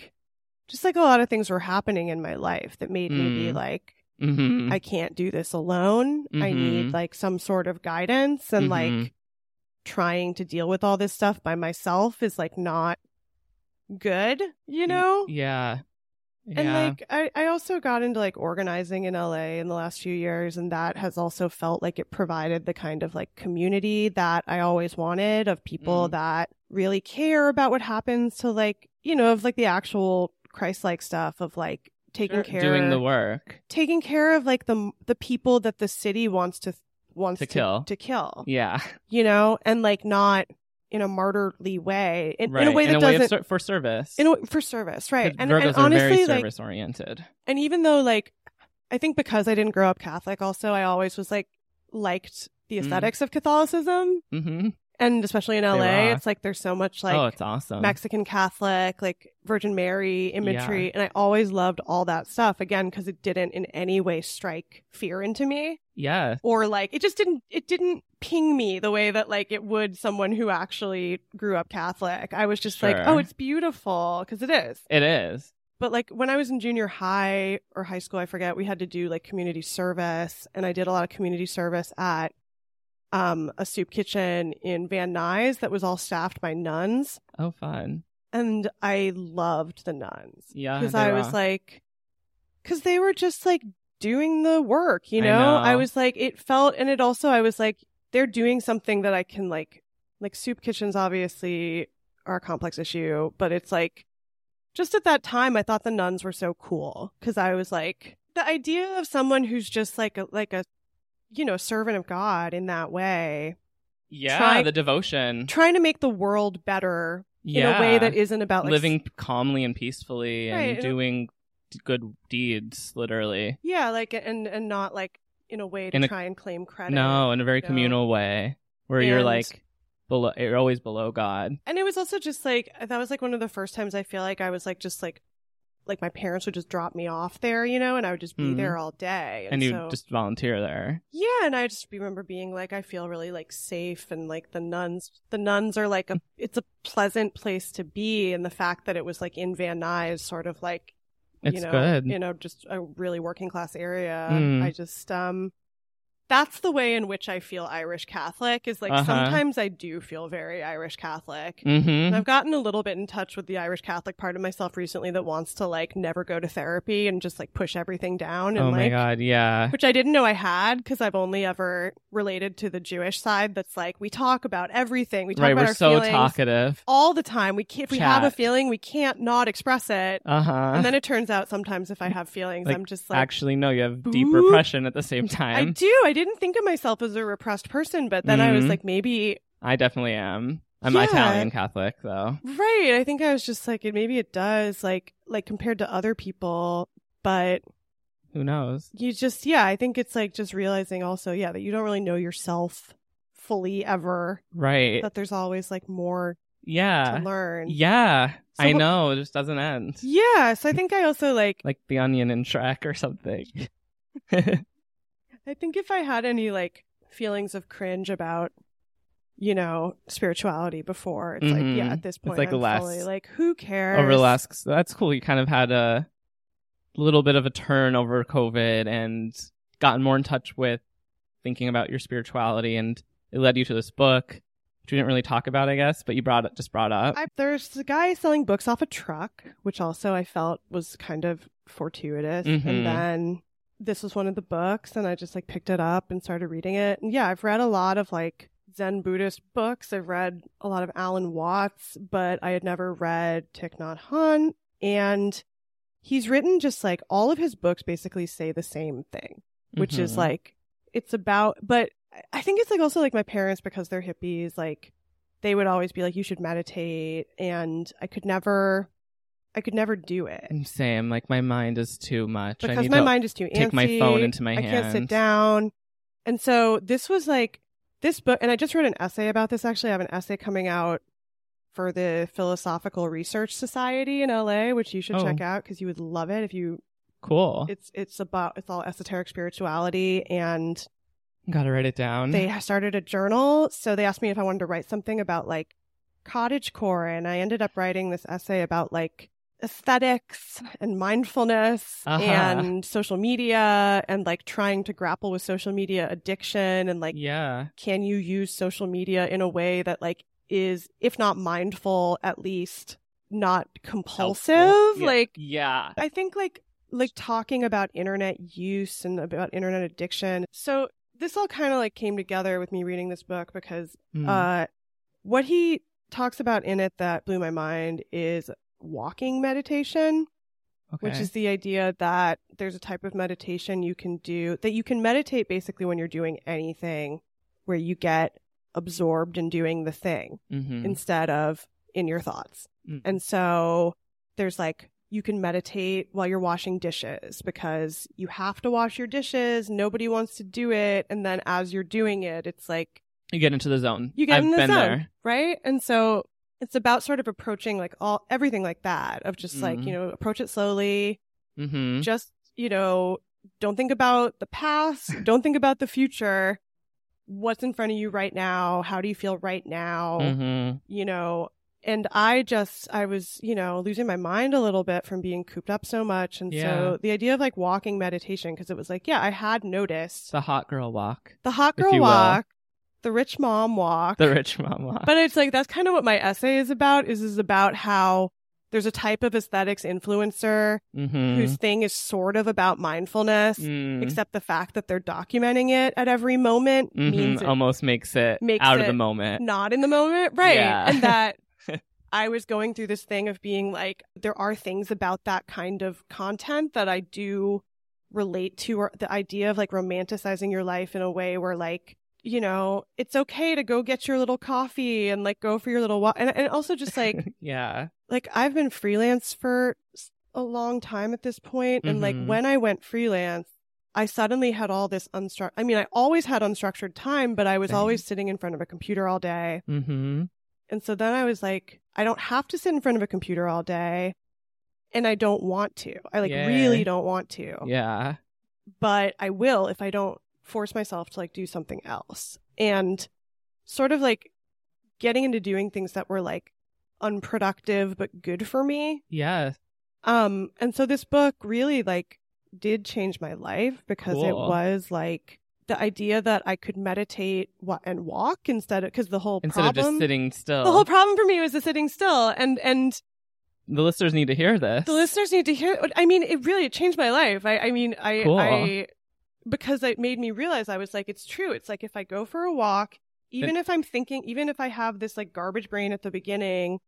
A: just like a lot of things were happening in my life that made me be
B: Mm.
A: like,
B: Mm-hmm.
A: I can't do this alone. I
B: Mhm.
A: need like some sort of guidance and
B: Mhm.
A: like trying to deal with all this stuff by myself is like not good, you know?
B: yeah. Yeah.
A: And like I, I also got into like organizing in LA in the last few years and that has also felt like it provided the kind of like community that I always wanted of people
B: Mm.
A: that really care about what happens to like, you know, of like the actual Christ like stuff of like taking
B: Sure,
A: care
B: doing the work.
A: taking care of like the the people that the city wants to wants
B: To
A: to,
B: kill.
A: to kill,
B: Yeah.
A: you know, and like not in a martyrdly way in,
B: right.
A: in a way that
B: way of
A: doesn't
B: ser- for service.
A: in a, way- for service, right?
B: 'Cause
A: And, and
B: Virgos are very
A: honestly, like
B: service oriented.
A: and even though like i think because i didn't grow up catholic also i always was like liked the
B: Mm.
A: aesthetics of catholicism
B: Mm-hmm.
A: and especially in la
B: rock.
A: it's like there's so much
B: oh,
A: like
B: it's awesome.
A: mexican catholic like virgin mary imagery and i always loved all that stuff again because it didn't in any way strike fear into me
B: yeah.
A: or like it just didn't it didn't ping me the way that like it would someone who actually grew up catholic i was just like
B: Sure.
A: oh it's beautiful because it is
B: It is.
A: but like when I was in junior high or high school, I forget, we had to do like community service, and I did a lot of community service at um, a soup kitchen in Van Nuys that was all staffed by nuns,
B: Oh, fun.
A: and I loved the nuns
B: Yeah.
A: because
B: they
A: I was
B: rock.
A: like, because they were just like doing the work, you
B: I
A: know? I
B: know.
A: was like, it felt, and it also, I was like, they're doing something that I can like, like soup kitchens obviously are a complex issue, but it's like, just at that time, I thought the nuns were so cool because I was like, the idea of someone who's just like a, like a, you know, servant of God in that way,
B: yeah,
A: try-
B: the devotion.
A: trying to make the world better
B: yeah.
A: in a way that isn't about like,
B: living calmly and peacefully and
A: Right, and-
B: doing d- good deeds, literally.
A: Yeah, like and and not like in a way to
B: In a-
A: try and claim credit.
B: No, in a very
A: No.
B: communal way where you're
A: And-
B: like below, you're always below God.
A: And it was also just like that was like one of the first times I feel like I was like just like like my parents would just drop me off there, you know, and I would just be
B: Mhm.
A: there all day.
B: And you
A: so,
B: just volunteer there.
A: Yeah, and I just remember being like I feel really like safe and like the nuns the nuns are like a it's a pleasant place to be and the fact that it was like in Van Nuys sort of like
B: It's
A: you know,
B: good.
A: you know, just a really working class area.
B: Mm.
A: I just um that's the way in which I feel Irish Catholic is like
B: Uh-huh.
A: sometimes I do feel very Irish Catholic.
B: mm-hmm.
A: And I've gotten a little bit in touch with the Irish Catholic part of myself recently that wants to like never go to therapy and just like push everything down and
B: Oh my
A: like
B: God. Yeah.
A: which I didn't know I had because I've only ever related to the Jewish side that's like we talk about everything. We talk
B: Right.
A: about
B: We're
A: our
B: so
A: feelings
B: talkative.
A: all the time. We can't if we have a
B: Chat.
A: feeling, we can't not express it.
B: Uh huh.
A: And then it turns out sometimes if I have feelings,
B: Like,
A: I'm just like,
B: Actually, no, you have deep
A: Boop.
B: repression at the
A: [laughs]
B: same
A: I
B: time.
A: do. I didn't think of myself as a repressed person, but then I was
B: Mhm.
A: like, maybe,
B: I, definitely am. I'm
A: Yeah.
B: Italian Catholic, though.
A: right. I think I was just like, it- maybe it does. Like, like compared to other people, but
B: Who knows?
A: you just yeah, I think it's like just realizing also yeah that you don't really know yourself fully ever.
B: Right.
A: That there's always like more to
B: yeah.
A: learn.
B: Yeah.
A: So
B: I
A: what-
B: know. It just doesn't end.
A: Yeah, so I think I also like
B: Like the onion and Shrek
A: [laughs]
B: or something.
A: I think if I had any like feelings of cringe about you know spirituality before, it's like yeah
B: Mhm.
A: at this point
B: like
A: I'm
B: less-
A: fully like who cares
B: [laughs] over the last, that's cool. You kind of had a little bit of a turn over COVID and gotten more in touch with thinking about your spirituality, and it led you to this book, which we didn't really talk about, I guess, but you brought it, just brought up.
A: I, there's a guy selling books off a truck, which also I felt was kind of fortuitous.
B: Mhm.
A: And then this was one of the books, and I just like picked it up and started reading it. And yeah, I've read a lot of like Zen Buddhist books. I've read a lot of Alan Watts, but I had never read Thich Nhat Hanh. And he's written just like all of his books basically say the same thing which is
B: Mhm.
A: like it's about but I- i think it's like also like my parents because they're hippies like they would always be like you should meditate and i could never i could never do it
B: And same, like my mind is too much. Mm, I
A: because
B: need
A: my
B: to
A: mind is too antsy
B: take my phone into my
A: i can't sit
B: hand.
A: down and so this was like this book and i just wrote an essay about this actually i have an essay coming out for the philosophical research society in la which you should
B: Oh.
A: check out because you would love it if you
B: Cool.
A: it's it's about it's all esoteric spirituality and
B: Gotta write it down.
A: they started a journal so they asked me if i wanted to write something about like cottage core and i ended up writing this essay about like aesthetics and mindfulness
B: Uh-huh.
A: and social media and like trying to grapple with social media addiction and like
B: yeah.
A: can you use social media in a way that like is if not mindful at least not compulsive
B: Helpful. Yeah.
A: like
B: yeah.
A: I think like like talking about internet use and about internet addiction. So this all kind of like came together with me reading this book because
B: Mm.
A: uh what he talks about in it that blew my mind is walking meditation, which
B: Okay.
A: is the idea that there's a type of meditation you can do that you can meditate basically when you're doing anything where you get absorbed in doing the thing
B: Mhm.
A: instead of in your thoughts.
B: Mm.
A: And so there's like, you can meditate while you're washing dishes because you have to wash your dishes. Nobody wants to do it. And then as you're doing it, it's like,
B: you get into the zone.
A: you get
B: I've
A: in the
B: been
A: zone,
B: there.
A: right? And so it's about sort of approaching like all everything like that of just like, you know, approach it slowly,
B: Mm-hmm.
A: just you know don't think about the past don't think about the future what's in front of you right now how do you feel right now
B: Mm-hmm.
A: you know and i just i was you know losing my mind a little bit from being cooped up so much and
B: Yeah.
A: so the idea of like walking meditation because it was like yeah i had noticed
B: The hot girl walk. [laughs]
A: the hot
B: If
A: girl
B: you will.
A: walk the rich mom walk
B: The rich mom walk.
A: but it's like that's kind of what my essay is about is is about how there's a type of aesthetics influencer
B: mm-hmm.
A: whose thing is sort of about mindfulness,
B: mm.
A: except the fact that they're documenting it at every moment
B: Mhm.
A: means it's
B: almost makes it
A: makes
B: out of
A: it [laughs]
B: the moment.
A: not in the moment. Right.
B: Yeah.
A: And
B: [laughs]
A: that I was going through this thing of being like, there are things about that kind of content that I do relate to, or the idea of like romanticizing your life in a way where like, you know, it's okay to go get your little coffee and like go for your little walk. And, and also just like,
B: [laughs] yeah.
A: like I've been freelance for s- a long time at this point, and like
B: Mhm.
A: when I went freelance, I suddenly had all this unstructured. I mean, I always had unstructured time, but I was
B: Same.
A: always sitting in front of a computer all day,
B: Mm-hmm.
A: and so then I was like, I don't have to sit in front of a computer all day, and I don't want to. I like
B: Yay.
A: really don't want to,
B: Yeah.
A: but I will if I don't force myself to like do something else, and sort of like getting into doing things that were like unproductive but good for me
B: Yeah.
A: um, and so this book really like did change my life because it
B: Cool.
A: was like the idea that I could meditate wa- and walk instead of because the whole
B: Instead
A: problem,
B: of just sitting still.
A: the whole problem for me was the sitting still, and and
B: the listeners need to hear this.
A: the listeners need to hear. I mean, it really changed my life. I, I mean, I,
B: Cool.
A: I because it made me realize I was like, it's true. It's like if I go for a walk, even if I'm thinking, even if I have this like garbage brain at the beginning,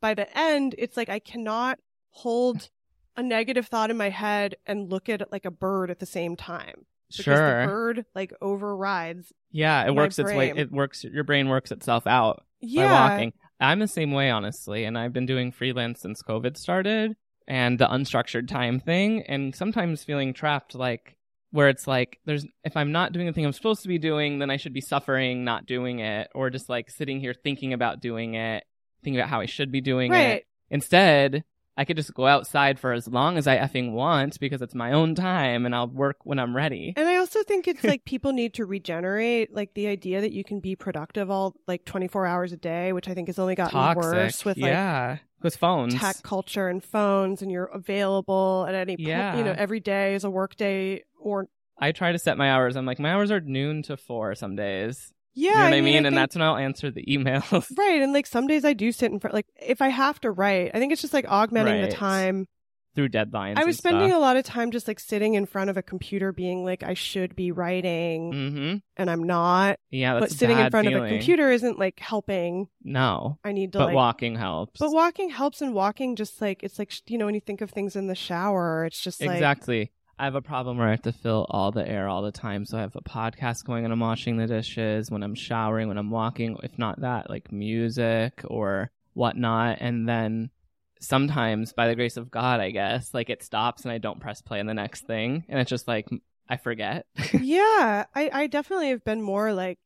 A: by the end, it's like I cannot hold a negative thought in my head and look at it like a bird at the same time because
B: sure.
A: the bird like overrides.
B: yeah. It
A: my
B: works its way.
A: brain.
B: It works. Your brain works itself out.
A: Yeah,
B: by walking. I'm the same way, honestly, and I've been doing freelance since COVID started. and the unstructured time thing and sometimes feeling trapped like where it's like there's if i'm not doing the thing i'm supposed to be doing then i should be suffering not doing it or just like sitting here thinking about doing it thinking about how i should be doing
A: right.
B: it instead i could just go outside for as long as i effing want because it's my own time and i'll work when i'm ready
A: And I also think it's like people need to regenerate, like the idea that you can be productive all like 24 hours a day, which I think has only gotten
B: toxic
A: worse with like
B: yeah with phones
A: tech culture and phones and you're available at any point.
B: Yeah.
A: You know, every day is a work day or
B: i try to set my hours i'm like my hours are noon to four some days
A: yeah.
B: you know what i mean,
A: I
B: and
A: think-
B: that's when i'll answer the emails
A: right. And like some days I do sit in front, like if I have to write, I think it's just like augmenting
B: Right.
A: the time.
B: [laughs] through deadlines
A: I was spending a lot of time just like sitting in front of a computer being like, I should be writing
B: mm-hmm
A: and I'm not.
B: yeah that's
A: But
B: a
A: sitting in
B: bad
A: front of a
B: feeling.
A: computer isn't like helping.
B: no
A: I need to
B: but
A: like
B: walking helps
A: But walking helps, and walking just like it's like sh- you know when you think of things in the shower, it's just like
B: [laughs] Exactly. I have a problem where I have to fill all the air all the time. So I have a podcast going and I'm washing the dishes, when I'm showering, when I'm walking, if not that, like music or whatnot. And then sometimes, by the grace of God, I guess, like it stops and I don't press play on the next thing. And it's just like, I forget.
A: [laughs]
B: [laughs]
A: yeah. I I definitely have been more like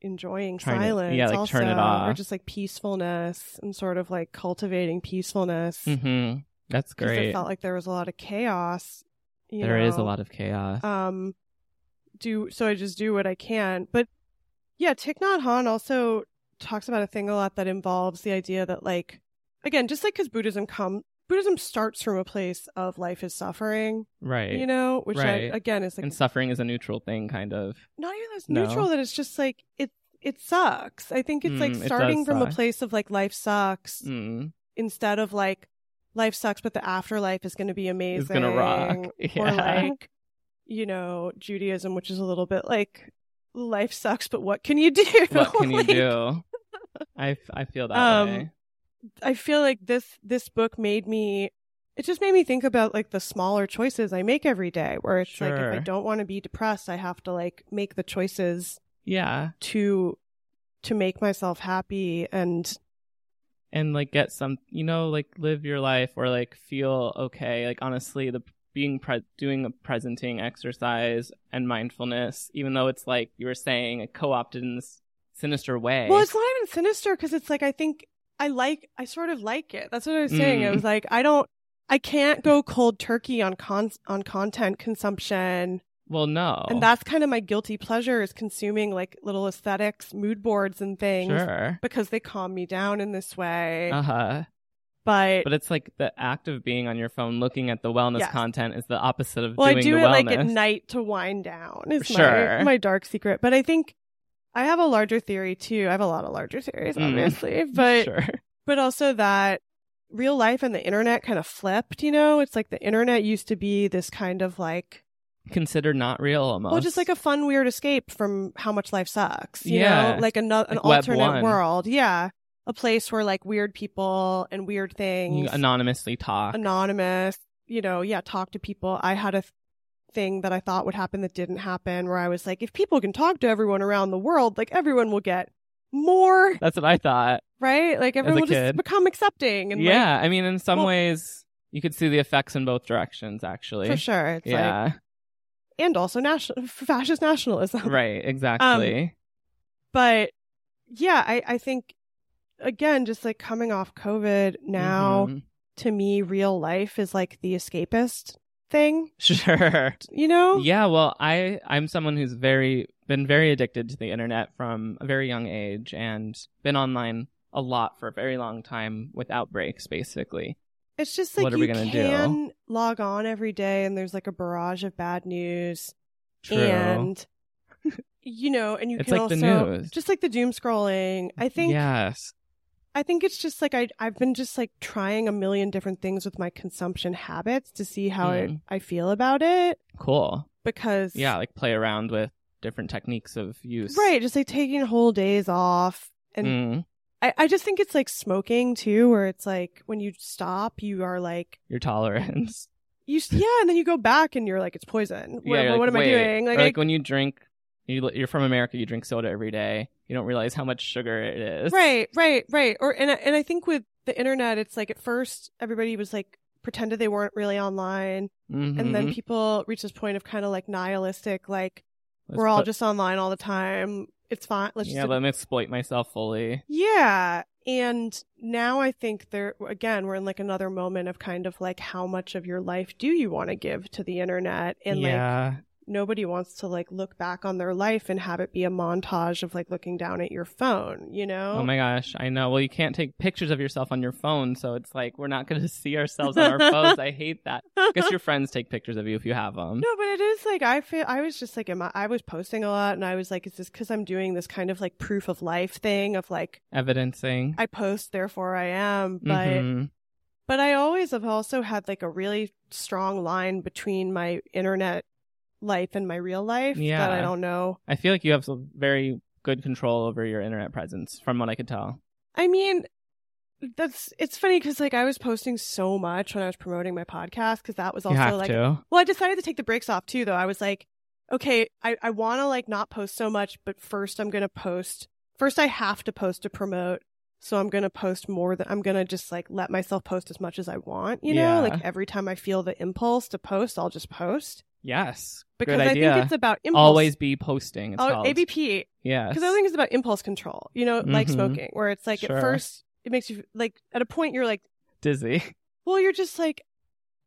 A: enjoying
B: Trying to-
A: silence,
B: yeah, like,
A: also,
B: turn it
A: or
B: off.
A: just like peacefulness and sort of like cultivating peacefulness
B: hmm That's
A: I
B: great.
A: felt like there was a lot of chaos. you
B: There is a
A: know.
B: lot of chaos.
A: um do so I just do what I can. But yeah, Thich Nhat Hanh also talks about a thing a lot that involves the idea that like again, just like cuz Buddhism come Buddhism starts from a place of life is suffering,
B: right.
A: you know, which
B: Right.
A: I, again is like
B: and suffering is a neutral thing, kind of.
A: not even as
B: No.
A: neutral that it's just like it it sucks. I think it's like
B: Mm, it does
A: starting from a
B: suck.
A: place of like life sucks [laughs]
B: Mm.
A: instead of like life sucks but the afterlife is going to be amazing.
B: It's going to rock. [laughs]
A: or
B: Yeah.
A: like you know judaism which is a little bit like life sucks but what can you do
B: what can
A: [laughs]
B: you
A: Like,
B: do? I, f- I feel that
A: Um,
B: way.
A: i feel like this this book made me it just made me think about like the smaller choices i make every day where it's like if i
B: Sure.
A: don't want to be depressed i have to like make the choices
B: Yeah,
A: to to make myself happy and
B: and like get some, you know, like live your life or like feel okay. Like honestly, the being pre- doing a presenting exercise and mindfulness, even though it's like you were saying, co-opted in this sinister way.
A: well it's not even sinister because it's like i think i like i sort of like it that's what i was saying it
B: Mm.
A: was like i don't i can't go cold turkey on con- on content consumption
B: Well, no,
A: And that's kind of my guilty pleasure is consuming like little aesthetics, mood boards, and things
B: sure.
A: because they calm me down in this way.
B: Uh huh.
A: but
B: But it's like the act of being on your phone looking at the wellness
A: Yes.
B: content is the opposite of
A: well, I
B: doing
A: do
B: the
A: it
B: wellness.
A: like at night to wind down. Is
B: Sure.
A: my, my dark secret. But I think I have a larger theory too. I have a lot of larger theories,
B: Mm.
A: obviously. But
B: [laughs] sure.
A: but also that real life and the internet kind of flipped. You know, it's like the internet used to be this kind of like
B: Considered not real almost.
A: Well, just like a fun, weird escape from how much life sucks. You
B: Yeah.
A: know, like an, an
B: Like Web
A: alternate
B: One.
A: world. Yeah. A place where like weird people and weird
B: you
A: things,
B: anonymously talk.
A: anonymous, you know, yeah, talk to people. I had a th- thing that I thought would happen that didn't happen where I was like, if people can talk to everyone around the world, like everyone will get more,
B: That's what I thought.
A: right? Like everyone will just
B: kid.
A: become accepting. And like,
B: yeah, I mean, in some
A: Well-
B: ways, you could see the effects in both directions, actually.
A: for sure. It's like,
B: yeah,
A: and also national, fascist nationalism. [laughs]
B: right, exactly.
A: Um, but yeah I, I think again just like coming off covid now
B: Mhm.
A: to me real life is like the escapist thing
B: [laughs] Sure.
A: you know
B: Yeah, well, I I'm someone who's very been very addicted to the internet from a very young age and been online a lot for a very long time without breaks basically.
A: it's just like
B: What are
A: you
B: we gonna do?
A: can log on every day and there's like a barrage of bad news
B: True.
A: and you know and you
B: It's
A: can
B: like
A: also
B: the news.
A: just like the doom scrolling i think
B: yes.
A: i think it's just like I, i've been just like trying a million different things with my consumption habits to see how
B: Mm.
A: I, I feel about it
B: Cool.
A: because
B: Yeah, like play around with different techniques of use.
A: Right, just like taking whole days off. And
B: Mm,
A: I, I just think it's like smoking too, where it's like when you stop, you are like,
B: your tolerance.
A: you,
B: [laughs]
A: s- yeah, and then you go back and you're like, it's poison. What,
B: you're
A: what,
B: like,
A: am I
B: "Wait."
A: doing?
B: Or,
A: Like,
B: Like,
A: I-
B: when you drink, you, you're from America. You drink soda every day. You don't realize how much sugar it is.
A: right, right, right. Or, and, I- and I think with the internet, it's like at first everybody was like pretended they weren't really online.
B: Mhm.
A: And then people reach this point of kind of like nihilistic, like,
B: Let's
A: we're all
B: put-
A: just online all the time. It's fine. Let's
B: yeah.
A: just
B: Let me exploit myself fully.
A: Yeah. And now I think there, again, we're in like another moment of kind of like how much of your life do you want to give to the internet? And like
B: yeah.
A: nobody wants to like look back on their life and have it be a montage of like looking down at your phone, you know?
B: Oh
A: [laughs]
B: my gosh, I know. Well, you can't take pictures of yourself on your phone, so it's like we're not going to [laughs] see ourselves on our phones. I hate that. I guess your friends take pictures of you if you have them.
A: No, but it is like I feel I was just like am I, I was posting a lot and I was like is this cuz I'm doing this kind of like proof of life thing of like
B: Evidencing.
A: I post therefore I am but
B: Mhm.
A: But I always have also had like a really strong line between my internet life and my real life that I
B: Yeah.
A: don't know.
B: I feel like you have some very good control over your internet presence, from what I could tell.
A: I mean, that's it's funny because like I was posting so much when I was promoting my podcast because that was
B: you
A: also
B: have
A: like
B: to.
A: well, I decided to take the breaks off too though. I was like, okay, I, I want to like not post so much, but first I'm gonna post. First, I have to post to promote. So I'm gonna post more than I'm gonna just like let myself post as much as I want, you know?
B: Yeah.
A: Like every time I feel the impulse to post, I'll just post.
B: Yes.
A: because
B: good
A: I
B: idea.
A: think it's about impulse.
B: Always be posting. It's
A: oh,
B: called.
A: ABP
B: Yes.
A: because I think it's about impulse control. You know, like
B: Mhm.
A: smoking, where it's like
B: Sure.
A: at first it makes you like at a point you're like,
B: Dizzy. [laughs]
A: well, you're just like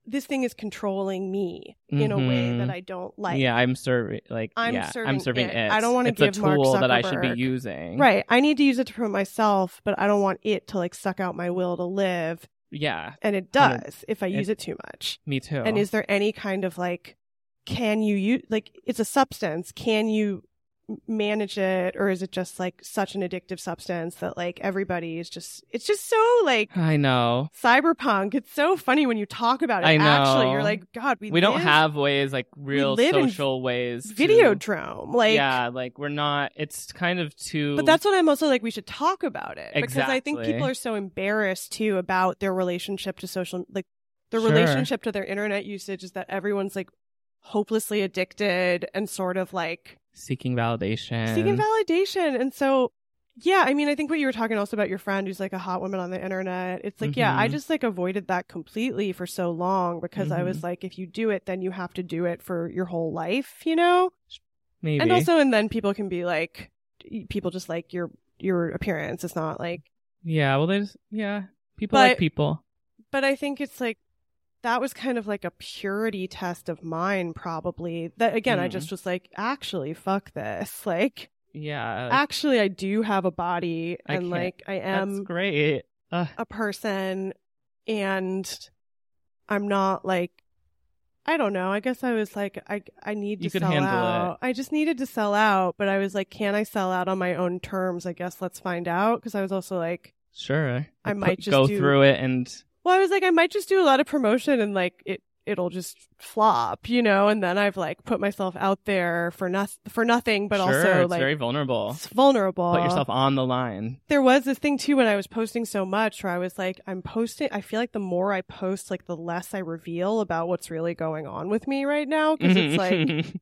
A: this thing is controlling me in a way
B: Mhm.
A: that I don't like.
B: yeah, I'm serving. Like
A: I'm
B: yeah,
A: serving
B: I'm serving
A: it.
B: it.
A: I don't wanna
B: It's a
A: give Mark
B: tool that I should be
A: Zuckerberg-
B: using.
A: Right. I need to use it to promote myself, but I don't want it to like suck out my will to live.
B: Yeah.
A: And it
B: Hundred-
A: does if I use it too much.
B: Me too.
A: And is there any kind of like, can you use, like, it's a substance. Can you m- manage it? Or is it just like such an addictive substance that like everybody is just, it's just so like
B: I know.
A: cyberpunk. It's so funny when you talk about it.
B: I know.
A: Actually, you're like, God, we,
B: we don't
A: live
B: have ways like real
A: live in
B: social ways to,
A: Videodrome. Like,
B: yeah like we're not it's kind of too
A: But that's what I'm also like. We should talk about it because I think
B: Exactly.
A: people are so embarrassed too about their relationship to social, like their
B: Sure.
A: relationship to their internet usage is that everyone's like hopelessly addicted and sort of like
B: seeking validation
A: seeking validation. And so, yeah, I mean, I think what you were talking also about your friend who's like a hot woman on the internet. It's like, yeah, I
B: Mhm.
A: just like avoided that completely for so long because I was
B: Mhm.
A: like, if you do it, then you have to do it for your whole life, you know?
B: maybe
A: And also, and then people can be like, people just like your your appearance. It's not like,
B: yeah well there's yeah people
A: But-
B: like people
A: but I think it's like that was kind of like a purity test of mine, probably. That again, I
B: Mm.
A: just was like, actually, fuck this. [laughs] Like,
B: yeah like,
A: actually, I do have a body,
B: I
A: and
B: can't-
A: like I
B: that's
A: am
B: great Ugh,
A: a person, and I'm not like. I don't know. I guess I was like, I I need to
B: You could
A: sell
B: handle
A: out. I just needed to sell out, but I was like, can I sell out on my own terms? I guess let's find out. Because I was also like,
B: sure
A: I
B: Put-
A: might just
B: go
A: do-
B: through it and
A: Well, I was like, I might just do a lot of promotion and like it, it'll just flop, you know. And then I've like put myself out there for nothing, for nothing, but
B: sure,
A: also
B: it's
A: like
B: very vulnerable
A: it's vulnerable.
B: put yourself on the line
A: There was this thing too when I was posting so much, where I was like, I'm posting. I feel like the more I post, like the less I reveal about what's really going on with me right now, because it's
B: Mm-hmm. [laughs]
A: like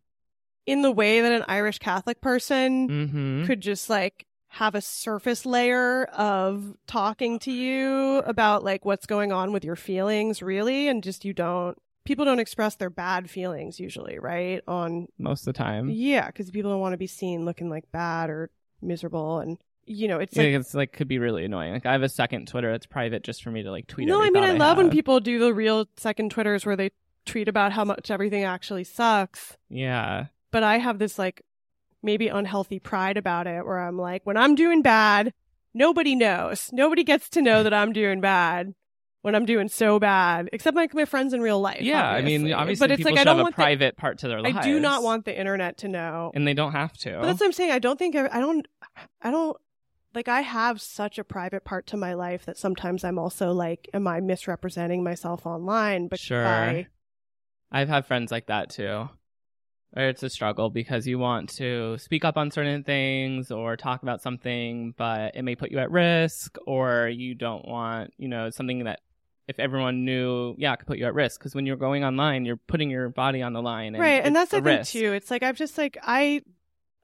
A: in the way that an Irish Catholic person [laughs]
B: Mhm.
A: could just like have a surface layer of talking to you about like what's going on with your feelings really and just you don't people don't express their bad feelings usually right on
B: most of the time
A: yeah because people don't want to be seen looking like bad or miserable and you know it's
B: Yeah,
A: like
B: it's like could be really annoying. Like I have a second Twitter that's private just for me to like tweet.
A: no i mean
B: every
A: i
B: thought
A: love when
B: have.
A: people do the real second twitters where they tweet about how much everything actually sucks
B: Yeah,
A: but I have this like maybe unhealthy pride about it where I'm like, when I'm doing bad, nobody knows. Nobody gets to know that I'm doing bad when I'm doing so bad, except like my friends in real life.
B: yeah. I mean, obviously,
A: but it's
B: people
A: like I
B: should
A: don't
B: have a
A: want. The,
B: private part to their lives.
A: I do not want the internet to know.
B: and they don't have to.
A: But that's what I'm saying. I don't think I, I don't. I don't. Like I have such a private part to my life that sometimes I'm also like, am I misrepresenting myself online? But
B: Sure.
A: by-
B: I've had friends like that too. Where it's a struggle because you want to speak up on certain things or talk about something, but it may put you at risk, or you don't want, you know, something that if everyone knew, yeah, it could put you at risk. Because when you're going online, you're putting your body on the line. And
A: right and
B: it's
A: that's
B: a
A: the thing
B: risk.
A: too it's like i've just like i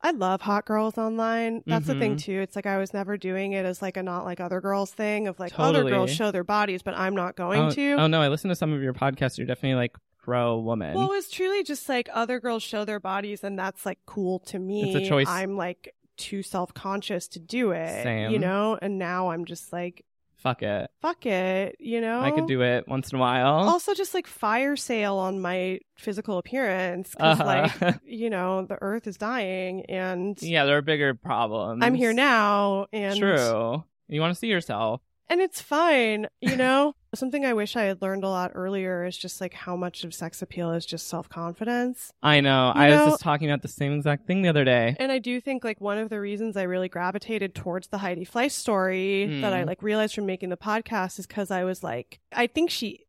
A: I love hot girls online. That's the thing
B: Mhm.
A: too. It's like I was never doing it as like a not like other girls thing of like other
B: Totally.
A: girls show their bodies, but I'm not going
B: oh,
A: to.
B: oh no, I listen to some of your podcasts. You're definitely like pro woman.
A: Well, it's truly just like other girls show their bodies, and that's like cool to me.
B: It's a choice.
A: I'm like too self conscious to do it, you
B: Same.
A: know. And now I'm just like,
B: Fuck it.
A: fuck it, you know.
B: I could do it once in a while.
A: Also, just like fire sale on my physical appearance because, like,
B: Uh-huh.
A: you know, the Earth is dying, and
B: [laughs] yeah, there are bigger problems.
A: I'm here now, and
B: True. You want to see yourself.
A: and it's fine, you know. [laughs] Something I wish I had learned a lot earlier is just like how much of sex appeal is just self confidence.
B: I know.
A: You
B: I
A: know-
B: was just talking about the same exact thing the other day.
A: And I do think like one of the reasons I really gravitated towards the Heidi Fleiss story
B: Mm.
A: that I like realized from making the podcast is because I was like, I think she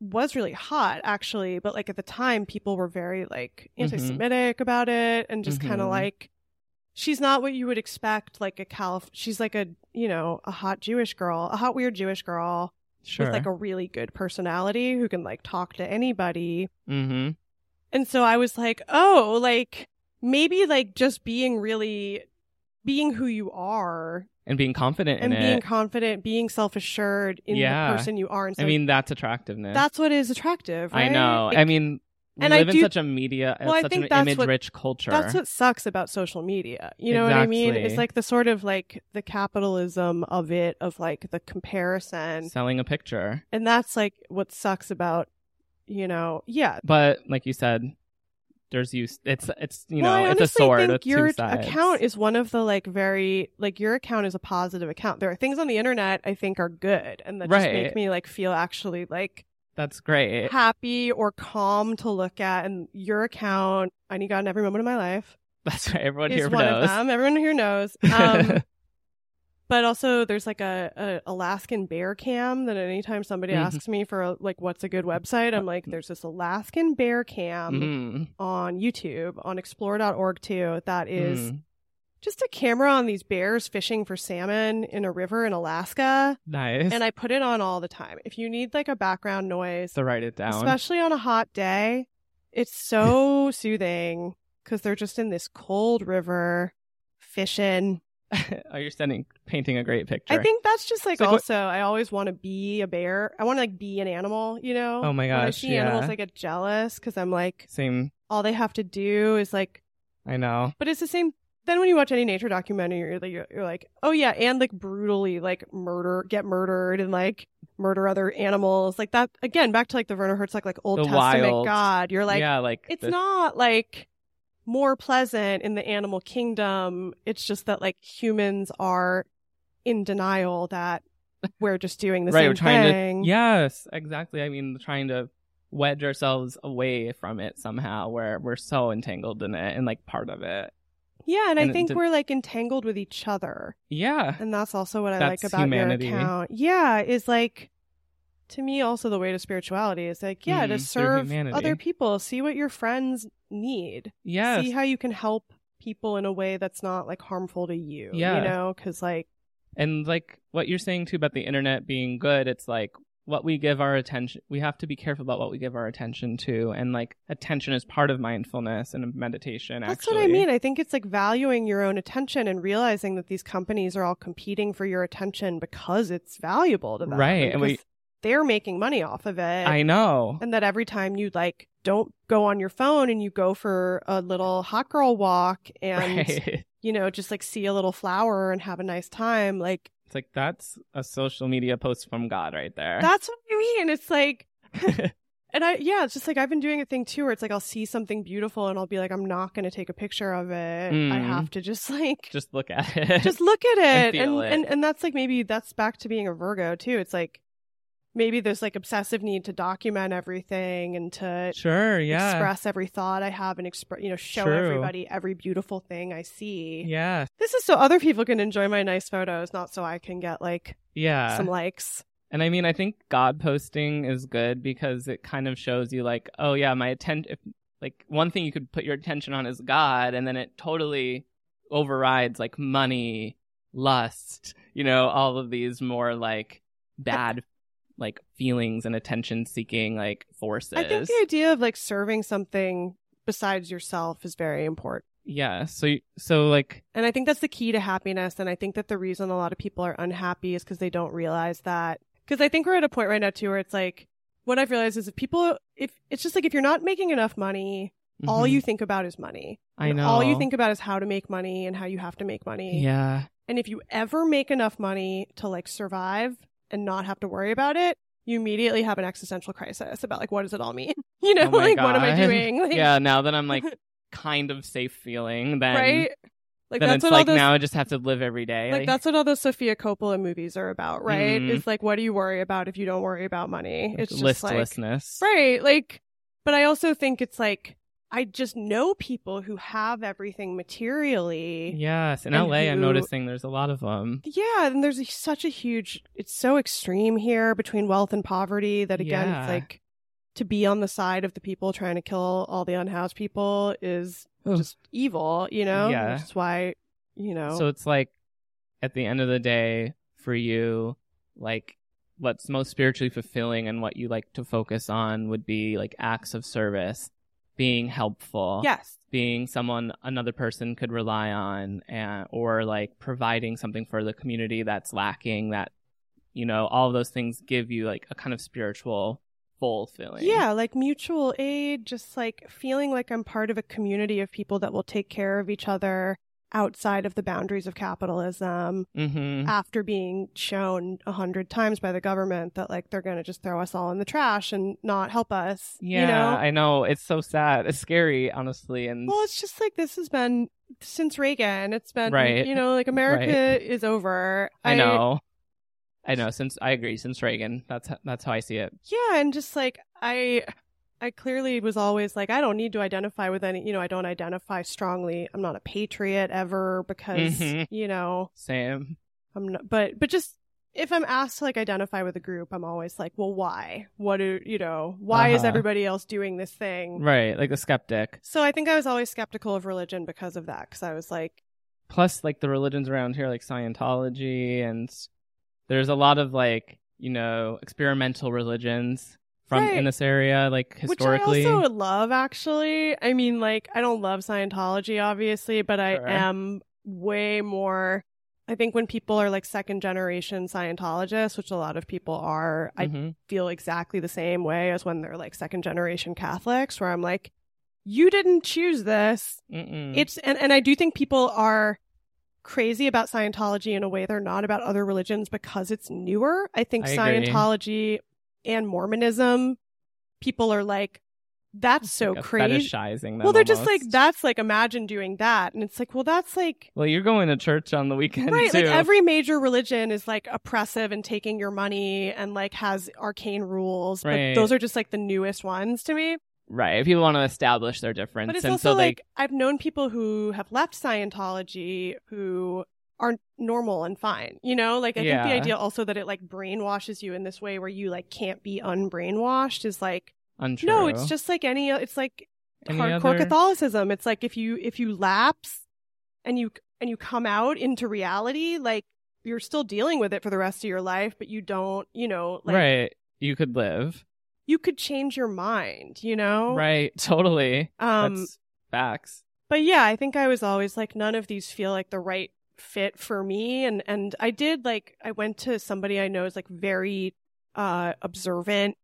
A: was really hot actually, but like at the time people were very like
B: Mhm.
A: anti-Semitic about it and just kind of
B: Mhm.
A: like, she's not what you would expect like a Calif. She's like a you know a hot Jewish girl, a hot weird Jewish girl
B: Sure.
A: with like a really good personality who can like talk to anybody.
B: mm-hmm.
A: And so I was like, oh, like maybe like just being really being who you are
B: And being confident
A: and
B: in
A: being
B: it.
A: confident, being self assured in
B: Yeah.
A: the person you are. And so
B: I mean, that's attractiveness.
A: that's what is attractive, right?
B: I know.
A: Like,
B: I mean, we
A: And I
B: live in
A: do-
B: such a media,
A: Well, I
B: such
A: think
B: an
A: that's what-
B: image-rich culture.
A: that's what sucks about social media. You know what I mean?
B: Exactly.
A: It's like the sort of like the capitalism of it, of like the comparison.
B: selling a picture.
A: And that's like what sucks about, you know, yeah.
B: But like you said, there's use. It's it's you
A: well,
B: know
A: I
B: it's
A: honestly
B: a sword
A: think
B: with
A: your
B: two sides.
A: account is one of the like very like your account is a positive account. There are things on the internet I think are good and that just make
B: Right.
A: me like feel actually like
B: that's great. [laughs]
A: happy or calm to look at. And your account, I need God in every moment of my life,
B: That's right. Everyone
A: is
B: here
A: one of
B: knows.
A: them. Everyone here
B: [laughs]
A: knows. Um, but also, there's like a, a Alaskan bear cam that anytime somebody
B: Mhm.
A: asks me for a, like what's a good website, I'm
B: Mm-hmm.
A: like, there's this Alaskan bear cam
B: Mm,
A: on YouTube on explore.org too. That is
B: mm,
A: just a camera on these bears fishing for salmon in a river in Alaska.
B: nice.
A: And I put it on all the time. If you need like a background noise,
B: so write it down.
A: especially on a hot day, it's so soothing because they're just in this cold river fishing.
B: [laughs] oh, you're sending painting a great picture.
A: I think that's just like,
B: It's like what-
A: also, I always want to be a bear. I want to like be an animal, you know?
B: Oh my
A: When I
B: gosh,
A: see animals,
B: yeah.
A: I get jealous because I'm like,
B: same.
A: all they have to do is like
B: I know.
A: But it's the same. Then when you watch any nature documentary, you're like, you're, you're like, oh yeah, and like brutally like murder, get murdered, and like murder other animals, like that. Again, back to like the Werner Herzog, like Old
B: The
A: Testament
B: wild.
A: God. You're like,
B: yeah, like
A: it's
B: the-
A: not like more pleasant in the animal kingdom. It's just that like humans are in denial that we're just doing the
B: right.
A: same
B: We're trying
A: thing.
B: to. Yes, exactly. I mean, trying to wedge ourselves away from it somehow, where we're so entangled in it and like part of it.
A: yeah, and,
B: and
A: I
B: it
A: think
B: did-
A: we're like entangled with each other.
B: Yeah.
A: And that's also what I like
B: That's
A: about
B: humanity.
A: your account. Yeah, is like to me also the way to spirituality is like yeah, to
B: Mhm, through
A: serve
B: humanity.
A: other people, see what your friends need,
B: Yes.
A: see how you can help people in a way that's not like harmful to you.
B: Yeah.
A: you know, because like
B: and like what you're saying too about the internet being good it's like what we give our attention we have to be careful about what we give our attention to and like attention is part of mindfulness and meditation
A: that's
B: actually
A: what I mean. I think it's like valuing your own attention and realizing that these companies are all competing for your attention because it's valuable to them,
B: Right,
A: And
B: and we-
A: because they're making money off of it.
B: i know
A: and that every time you like don't go on your phone and you go for a little hot girl walk [laughs]
B: [laughs]
A: and
B: right
A: [laughs] you know just like see a little flower and have a nice time like
B: it's like that's a social media post from god right there
A: that's what i mean it's
B: [laughs]
A: like [laughs] and i yeah it's just like i've been doing a thing too where it's like i'll see something beautiful and i'll be like i'm not going to take a picture of it i
B: Mm.
A: have to just [laughs] like just,
B: just look at it
A: look at it.
B: And
A: And,
B: feel
A: and
B: it.
A: and that's like maybe that's back to being a virgo too it's like maybe there's like obsessive need to document everything and to
B: [laughs] sure yeah
A: express every thought I have and express, you know, show
B: True.
A: everybody every beautiful thing I see.
B: yeah
A: This is so other people can enjoy my nice photos, not so I can get like
B: yeah
A: some likes.
B: And I mean, I think God posting is good because it kind of shows you, like, oh yeah, my attention. Like one thing you could put your attention on is God, and then it totally overrides like money, lust, you know, all of these more like bad, like feelings and attention seeking like forces.
A: I think the idea of like serving something besides yourself is very important.
B: yeah. So you- so like
A: And I think that's the key to happiness. And I think that the reason a lot of people are unhappy is because they don't realize that. Because I think we're at a point right now, too, where it's like, what I've realized is if people, if it's just like if you're not making enough money, all
B: mhm,
A: you think about is money.
B: I
A: And
B: know
A: All you think about is how to make money and how you have to make money.
B: Yeah.
A: And if you ever make enough money to like survive and not have to worry about it, you immediately have an existential crisis about like, what does it all mean? [laughs] You know,
B: Oh my
A: like, what am I
B: God.
A: doing? [laughs] Like,
B: yeah. Now that
A: [laughs]
B: I'm like kind of safe feeling, then
A: Right? Like,
B: then
A: that's
B: it's
A: what all
B: like
A: those
B: now eh? I just have to live every day.
A: Like that's what all those Sofia Coppola movies are about, right?
B: Mhm.
A: It's like what do you worry about if you don't worry about money? It's just like
B: listlessness.
A: right, like but I also think it's like I just know people who have everything materially.
B: Yes, in
A: And
B: LA, I'm
A: who-
B: noticing there's a lot of um, them.
A: Yeah, and there's a, such a huge it's so extreme here between wealth and poverty that again
B: Yeah.
A: it's like to be on the side of the people trying to kill all the unhoused people is
B: oh,
A: just evil, you know?
B: Yeah.
A: That's why, you know.
B: So it's like, at the end of the day, for you, like what's most spiritually fulfilling and what you like to focus on would be like acts of service, being helpful,
A: yes.
B: being someone another person could rely on, and, or like providing something for the community that's lacking. That you know, all of those things give you like a kind of spiritual fulfilling.
A: Yeah, like mutual aid, just like feeling like I'm part of a community of people that will take care of each other outside of the boundaries of capitalism
B: Mm-hmm.
A: after being shown a hundred times by the government that like they're going to just throw us all in the trash and not help us.
B: Yeah,
A: You know?
B: I know. It's so sad. It's scary, honestly. And
A: Well, it's just like this has been since Reagan. It's been,
B: Right.
A: you know, like America is over.
B: I know. I know. Since I agree, since Reagan, that's how, that's how I see it.
A: yeah and just like i i clearly was always like i don't need to identify with any you know i don't identify strongly i'm not a patriot ever because
B: Mhm.
A: you know
B: Same.
A: i'm not but but just if i'm asked to like identify with a group i'm always like well why what do you know why is
B: Uh-huh.
A: everybody else doing this thing
B: Right. Like the skeptic.
A: so i think i was always skeptical of religion because of that because i was like
B: Plus, like the religions around here, like Scientology, and there's a lot of like you know experimental religions from
A: Right.
B: in this area, like historically.
A: Which I also love, actually. I mean, like, I don't love Scientology, obviously, but I
B: Sure.
A: am way more. I think when people are like second generation Scientologists, which a lot of people are, I
B: Mhm.
A: feel exactly the same way as when they're like second generation Catholics, where I'm like, you didn't choose this.
B: Mm-mm.
A: It's, and, and I do think people are crazy about Scientology in a way they're not about other religions because it's newer. I think
B: I agree.
A: Scientology and Mormonism, people are like, that's so
B: like a
A: crazy.
B: Fetishizing them.
A: Well, they're just like,
B: almost.
A: that's like, imagine doing that. And it's like, well, that's like,
B: [laughs] Well, you're going to church on the weekend
A: right.
B: too.
A: Like every major religion is like oppressive and taking your money and like has arcane rules.
B: Right.
A: But those are just like the newest ones to me.
B: right. People want to establish their difference,
A: But it's
B: and
A: also
B: so they
A: like I've known people who have left Scientology who are normal and fine. You know, like I think
B: Yeah.
A: the idea also that it like brainwashes you in this way where you like can't be unbrainwashed is like
B: untrue.
A: no, it's just like any it's like
B: Any
A: hardcore
B: other-
A: Catholicism. It's like if you if you lapse and you and you come out into reality, like you're still dealing with it for the rest of your life, but you don't, you know, like
B: right. You could live.
A: you could change your mind, you know?
B: Right. [laughs] Totally.
A: Oh, Um
B: That's facts.
A: but yeah, I think I was always like, none of these feel like the right fit for me. And and I did like I went to somebody I know is like very uh observant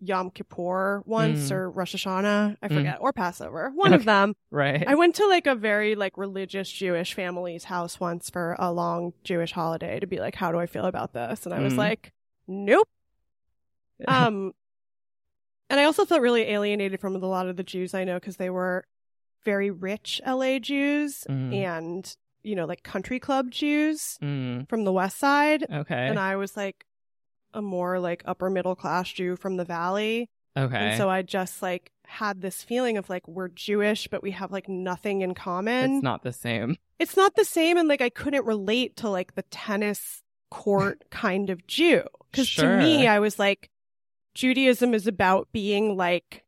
A: Yom Kippur once
B: Mm.
A: or Rosh Hashanah, I
B: Mm.
A: forget, or Passover, one
B: Okay.
A: of them.
B: Right.
A: I went to like a very like religious Jewish family's house once for a long Jewish holiday to be like, how do I feel about this? And I was
B: Mm.
A: like, nope. Um, and I also felt really alienated from a lot of the Jews I know because they were very rich LA Jews
B: Mm.
A: and you know like country club Jews
B: Mm.
A: from the West Side,
B: Okay.
A: and I was like a more like upper middle class Jew from the Valley.
B: okay.
A: And so I just like had this feeling of like we're Jewish, but we have like nothing in common.
B: it's not the
A: [laughs]
B: same.
A: It's not the same, and like I couldn't relate to like the tennis
B: [laughs]
A: court kind of Jew because
B: Sure.
A: to me I was like Judaism is about being like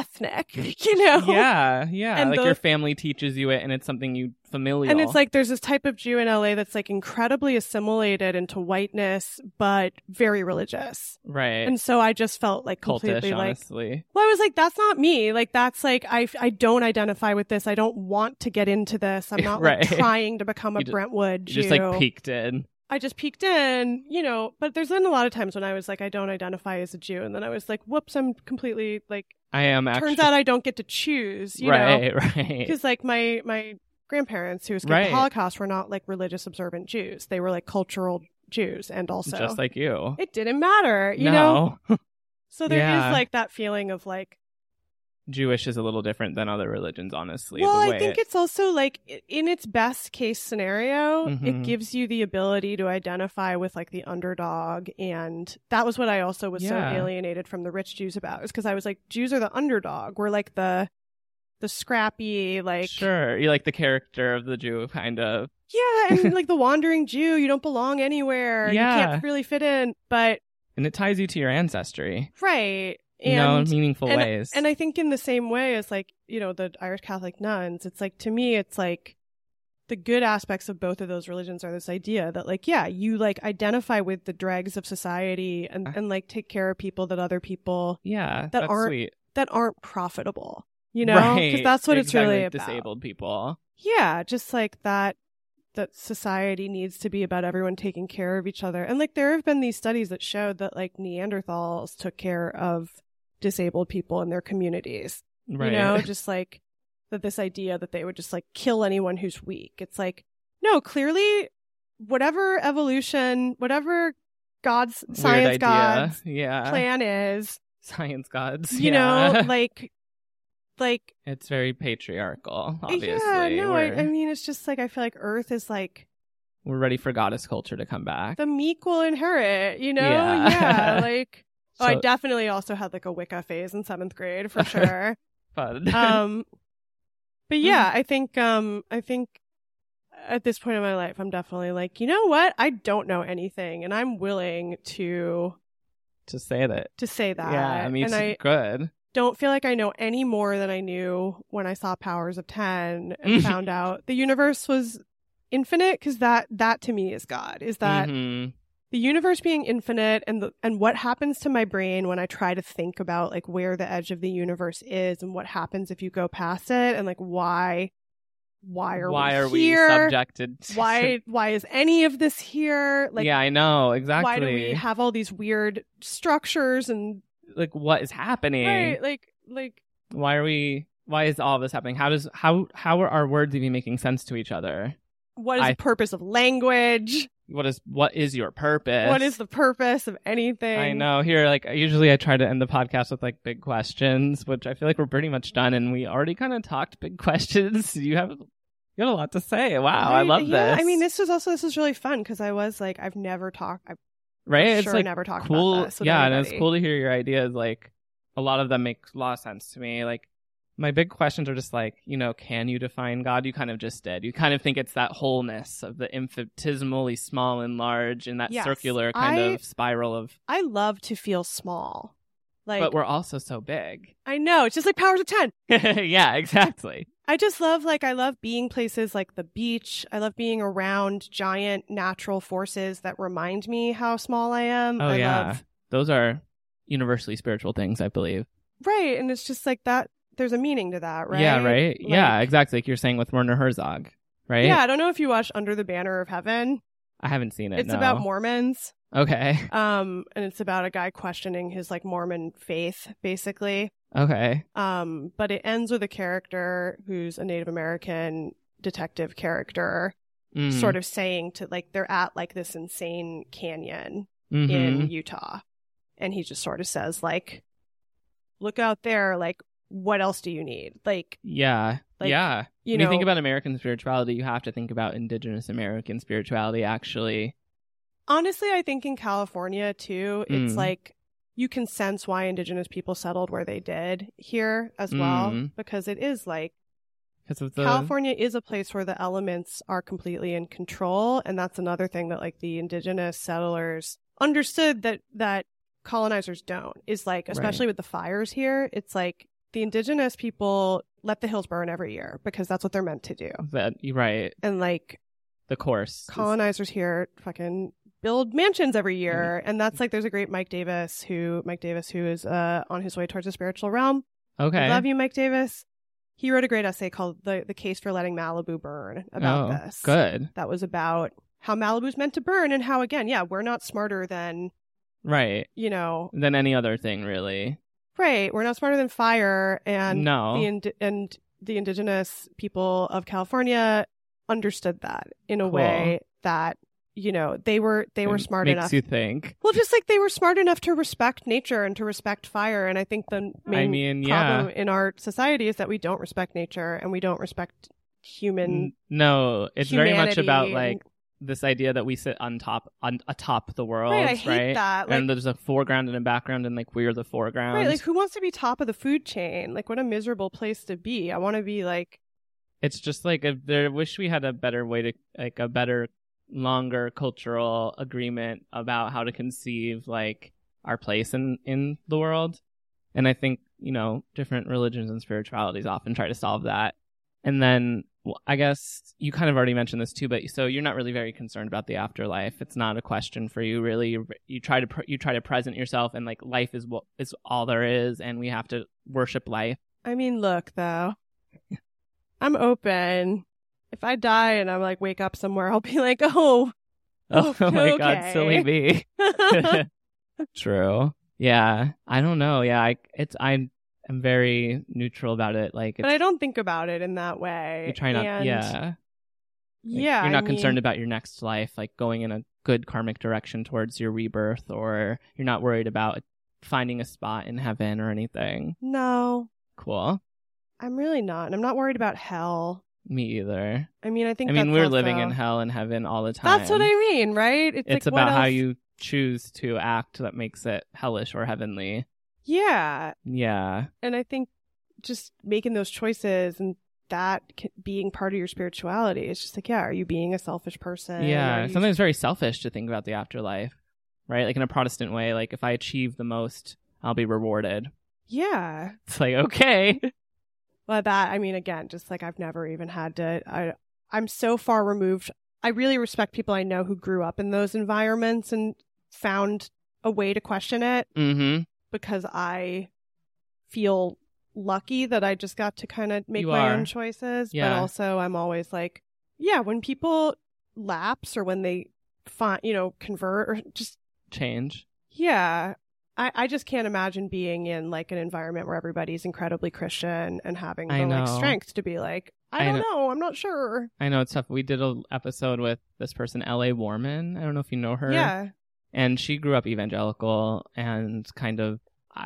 A: ethnic, [laughs] you know?
B: Yeah, yeah.
A: Oh. And
B: like
A: those-
B: your family teaches you it, and it's something you familial.
A: And it's like there's this type of Jew in LA that's like incredibly assimilated into whiteness, but very religious.
B: right,
A: And so I just felt like completely
B: cultish.
A: like,
B: Honestly,
A: well, I was like, that's not me. Like, that's like, I, I don't identify with this. I don't want to get into this.
B: [laughs]
A: I'm not like
B: Right.
A: trying to become a
B: You ju-
A: Brentwood Jew.
B: you just like peeked in.
A: I just peeked in, you know, but there's been a lot of times when I was like, I don't identify as a Jew. And then I was like, whoops, I'm completely like,
B: I am actually
A: turns out I don't get to choose, you know?
B: right, [laughs] right,
A: because like my my grandparents who escaped
B: Right.
A: the holocaust were not like religious observant jews they were like cultural jews and also
B: just like you.
A: it didn't matter you
B: no,
A: know so there is
B: Yeah.
A: like that feeling of like
B: Jewish is a little different than other religions, honestly.
A: well
B: the way
A: i think
B: it-
A: it's also like i- in its best case scenario it
B: Mhm.
A: gives you the ability to identify with like the underdog and that was what i also was
B: Yeah.
A: so alienated from the rich jews about is because i was like jews are the underdog we're like the the scrappy like
B: sure you like the character of the Jew, kind of.
A: Yeah, and
B: [laughs]
A: like the wandering Jew, you don't belong anywhere. You
B: Yeah.
A: can't really fit in. But
B: and it ties you to your ancestry
A: right.
B: you know in
A: And
B: meaningful ways
A: and I think in the same way as like, you know, the Irish Catholic nuns, it's like to me it's like the good aspects of both of those religions are this idea that like, yeah, you like identify with the dregs of society and,
B: Uh-huh.
A: and like take care of people that other people
B: yeah
A: that
B: that's
A: aren't,
B: sweet
A: that aren't profitable. You know?
B: Right.
A: that's what
B: exactly.
A: it's really about.
B: disabled people
A: yeah just like that that society needs to be about everyone taking care of each other and like there have been these studies that showed that like neanderthals took care of disabled people in their communities
B: right
A: you
B: [laughs]
A: know just like that this idea that they would just like kill anyone who's weak it's like no clearly whatever evolution whatever god's
B: Weird
A: science
B: idea.
A: god's
B: yeah
A: plan
B: [laughs]
A: is
B: science gods
A: you
B: yeah.
A: know like like
B: [laughs] it's very patriarchal obviously
A: yeah no I,
B: we're,
A: I mean it's just like i feel like earth is like
B: we're ready for goddess culture to come back
A: the meek will inherit, you know?
B: Yeah.
A: Yeah.
B: [laughs]
A: like, oh, I
B: So-
A: definitely also had like a Wicca phase in seventh grade
B: [laughs]
A: for sure.
B: fun. [laughs]
A: um, but yeah,
B: Mm-hmm.
A: I think, um, I think at this point in my life, I'm definitely like, you know what? I don't know anything and I'm willing to,
B: to say that
A: to say that.
B: yeah i mean
A: and
B: it's
A: I
B: good
A: don't feel like I know any more than I knew when I saw Powers of 10
B: [laughs]
A: and found out the universe was infinite because that, that to me is God, is that
B: Mhm.
A: the universe being infinite and the, and what happens to my brain when i try to think about like where the edge of the universe is and what happens if you go past it and like why why are
B: why
A: we
B: are
A: here?
B: we subjected to- [laughs]
A: why why is any of this here like
B: yeah i know exactly
A: why do we have all these weird structures and
B: like what is happening
A: right like like
B: why are we why is all this happening how does how how are our words even making sense to each other
A: what is
B: I-
A: the purpose of language
B: what is what is your purpose
A: what is the purpose of anything
B: i know here like usually i try to end the podcast with like big questions which i feel like we're pretty much done and we already kind of talked big [laughs] questions you have you got a lot to say wow i
A: Right?
B: love
A: yeah,
B: this
A: i mean this was also this was really fun because i was like i've never talked i've
B: right
A: sure
B: it's like
A: never talked
B: cool
A: about this with
B: yeah and
A: anybody.
B: it's cool to hear your ideas like a lot of them make a lot of sense to me like my big questions are just like you know can you define god you kind of just did you kind of think it's that wholeness of the infinitesimally small and large and that
A: Yes.
B: circular kind
A: I-
B: of spiral of
A: I love to feel small. Like
B: but we're also so big [laughs]
A: I know, it's just like powers of 10.
B: yeah exactly
A: I just love like I love being places like the beach. I love being around giant natural forces that remind me how small I am.
B: oh
A: I
B: yeah
A: love
B: those are universally spiritual things i believe
A: Right, and it's just like that there's a meaning to that, right?
B: yeah right yeah
A: Like-
B: exactly like you're saying with werner herzog right
A: Yeah, I don't know if you watched Under the Banner of Heaven.
B: i haven't seen it
A: It's
B: no.
A: about Mormons.
B: okay [laughs]
A: Um and it's about a guy questioning his like Mormon faith basically.
B: okay
A: Um, but it ends with a character who's a Native American detective character
B: Mm-hmm.
A: sort of saying to like they're at like this insane canyon
B: Mm-hmm.
A: in Utah. And he just sort of says, like, look out there, like, what else do you need? Like,
B: Yeah.
A: Like,
B: yeah.
A: you
B: when
A: know
B: you think about American spirituality, you have to think about indigenous American spirituality actually.
A: honestly, I think in California too, it's
B: Mm.
A: like you can sense why indigenous people settled where they did here as well.
B: Mm.
A: Because it is like
B: Because of the
A: California is a place where the elements are completely in control, and that's another thing that like the indigenous settlers understood that that colonizers don't is like especially with the fires here, it's like the indigenous people let the hills burn every year because that's what they're meant to do.
B: That you're right.
A: And like
B: The course. is-
A: colonizers here fucking build mansions every year
B: Mm-hmm.
A: and that's like there's a great mike davis who mike davis who is uh on his way towards the spiritual realm
B: okay.
A: i love you mike davis he wrote a great essay called the the case for letting malibu burn about
B: oh,
A: this
B: Good.
A: that was about how malibu's meant to burn and how again yeah we're not smarter than
B: Right.
A: you know
B: Than any other thing, really.
A: right we're not smarter than fire and
B: No.
A: the ind- and the indigenous people of California understood that in a
B: Cool.
A: way that you know they were they were
B: It
A: smart
B: makes
A: enough.
B: you think.
A: well, just like they were smart enough to respect nature and to respect fire, and I think the main
B: I mean,
A: problem
B: yeah.
A: in our society is that we don't respect nature and we don't respect human.
B: N- No, it's very much about
A: humanity
B: like this idea that we sit on top on atop the world,
A: right, I hate that. Like,
B: and there's a foreground and a background, and like we're the foreground.
A: right, like who wants to be top of the food chain? Like, what a miserable place to be. I want to be like
B: it's just like a, there, I wish we had a better way to like a better, longer cultural agreement about how to conceive like our place in in the world. And I think you know different religions and spiritualities often try to solve that. And then well, I guess you kind of already mentioned this too, but so you're not really very concerned about the afterlife. It's not a question for you really. You, you try to pre- you try to present yourself, and like life is what is all there is, and we have to worship life. [laughs]
A: I mean, look, though, I'm open. If I die and I'm like, wake up somewhere, I'll be like, [laughs]
B: [laughs]
A: oh.
B: Oh,
A: Oh,
B: my god,
A: okay.
B: silly me.
A: [laughs]
B: [laughs] True. Yeah. I don't know. Yeah. I, it's I'm I'm very neutral about it. Like
A: but
B: it's,
A: I don't think about it in that way.
B: you try not.
A: And
B: yeah. Like,
A: Yeah.
B: You're not
A: I
B: concerned
A: mean,
B: about your next life, like going in a good karmic direction towards your rebirth, or you're not worried about finding a spot in heaven or anything.
A: No,
B: Cool.
A: I'm really not. And I'm not worried about hell.
B: Me either.
A: I mean, I think
B: I mean,
A: that's
B: we're
A: also-
B: living in hell and heaven all the time.
A: That's what I mean, right? It's,
B: It's
A: like,
B: about
A: what
B: how
A: else-
B: you choose to act that makes it hellish or heavenly.
A: Yeah.
B: Yeah.
A: And I think just making those choices and that c- being part of your spirituality is just like, yeah, are you being a selfish person? Are
B: yeah
A: you-
B: sometimes very selfish to think about the afterlife right like in a protestant way like if i achieve the most i'll be rewarded [laughs]
A: Yeah.
B: it's like okay
A: Well, that I mean, again, just like I've never even had to. I I'm so far removed. I really respect people I know who grew up in those environments and found a way to question it
B: mm-hmm
A: because I feel lucky that I just got to kind of make
B: You
A: my
B: are.
A: own choices. But
B: Yeah.
A: also, I'm always like, yeah, when people lapse or when they find, you know, convert or just
B: change
A: yeah. I, I just can't imagine being in like an environment where everybody's incredibly Christian and having the
B: I
A: like
B: know.
A: strength to be like, I,
B: I
A: don't
B: know.
A: know, I'm not sure.
B: i know it's tough we did an episode with this person la warman i don't know if you know her
A: Yeah.
B: and she grew up evangelical and kind of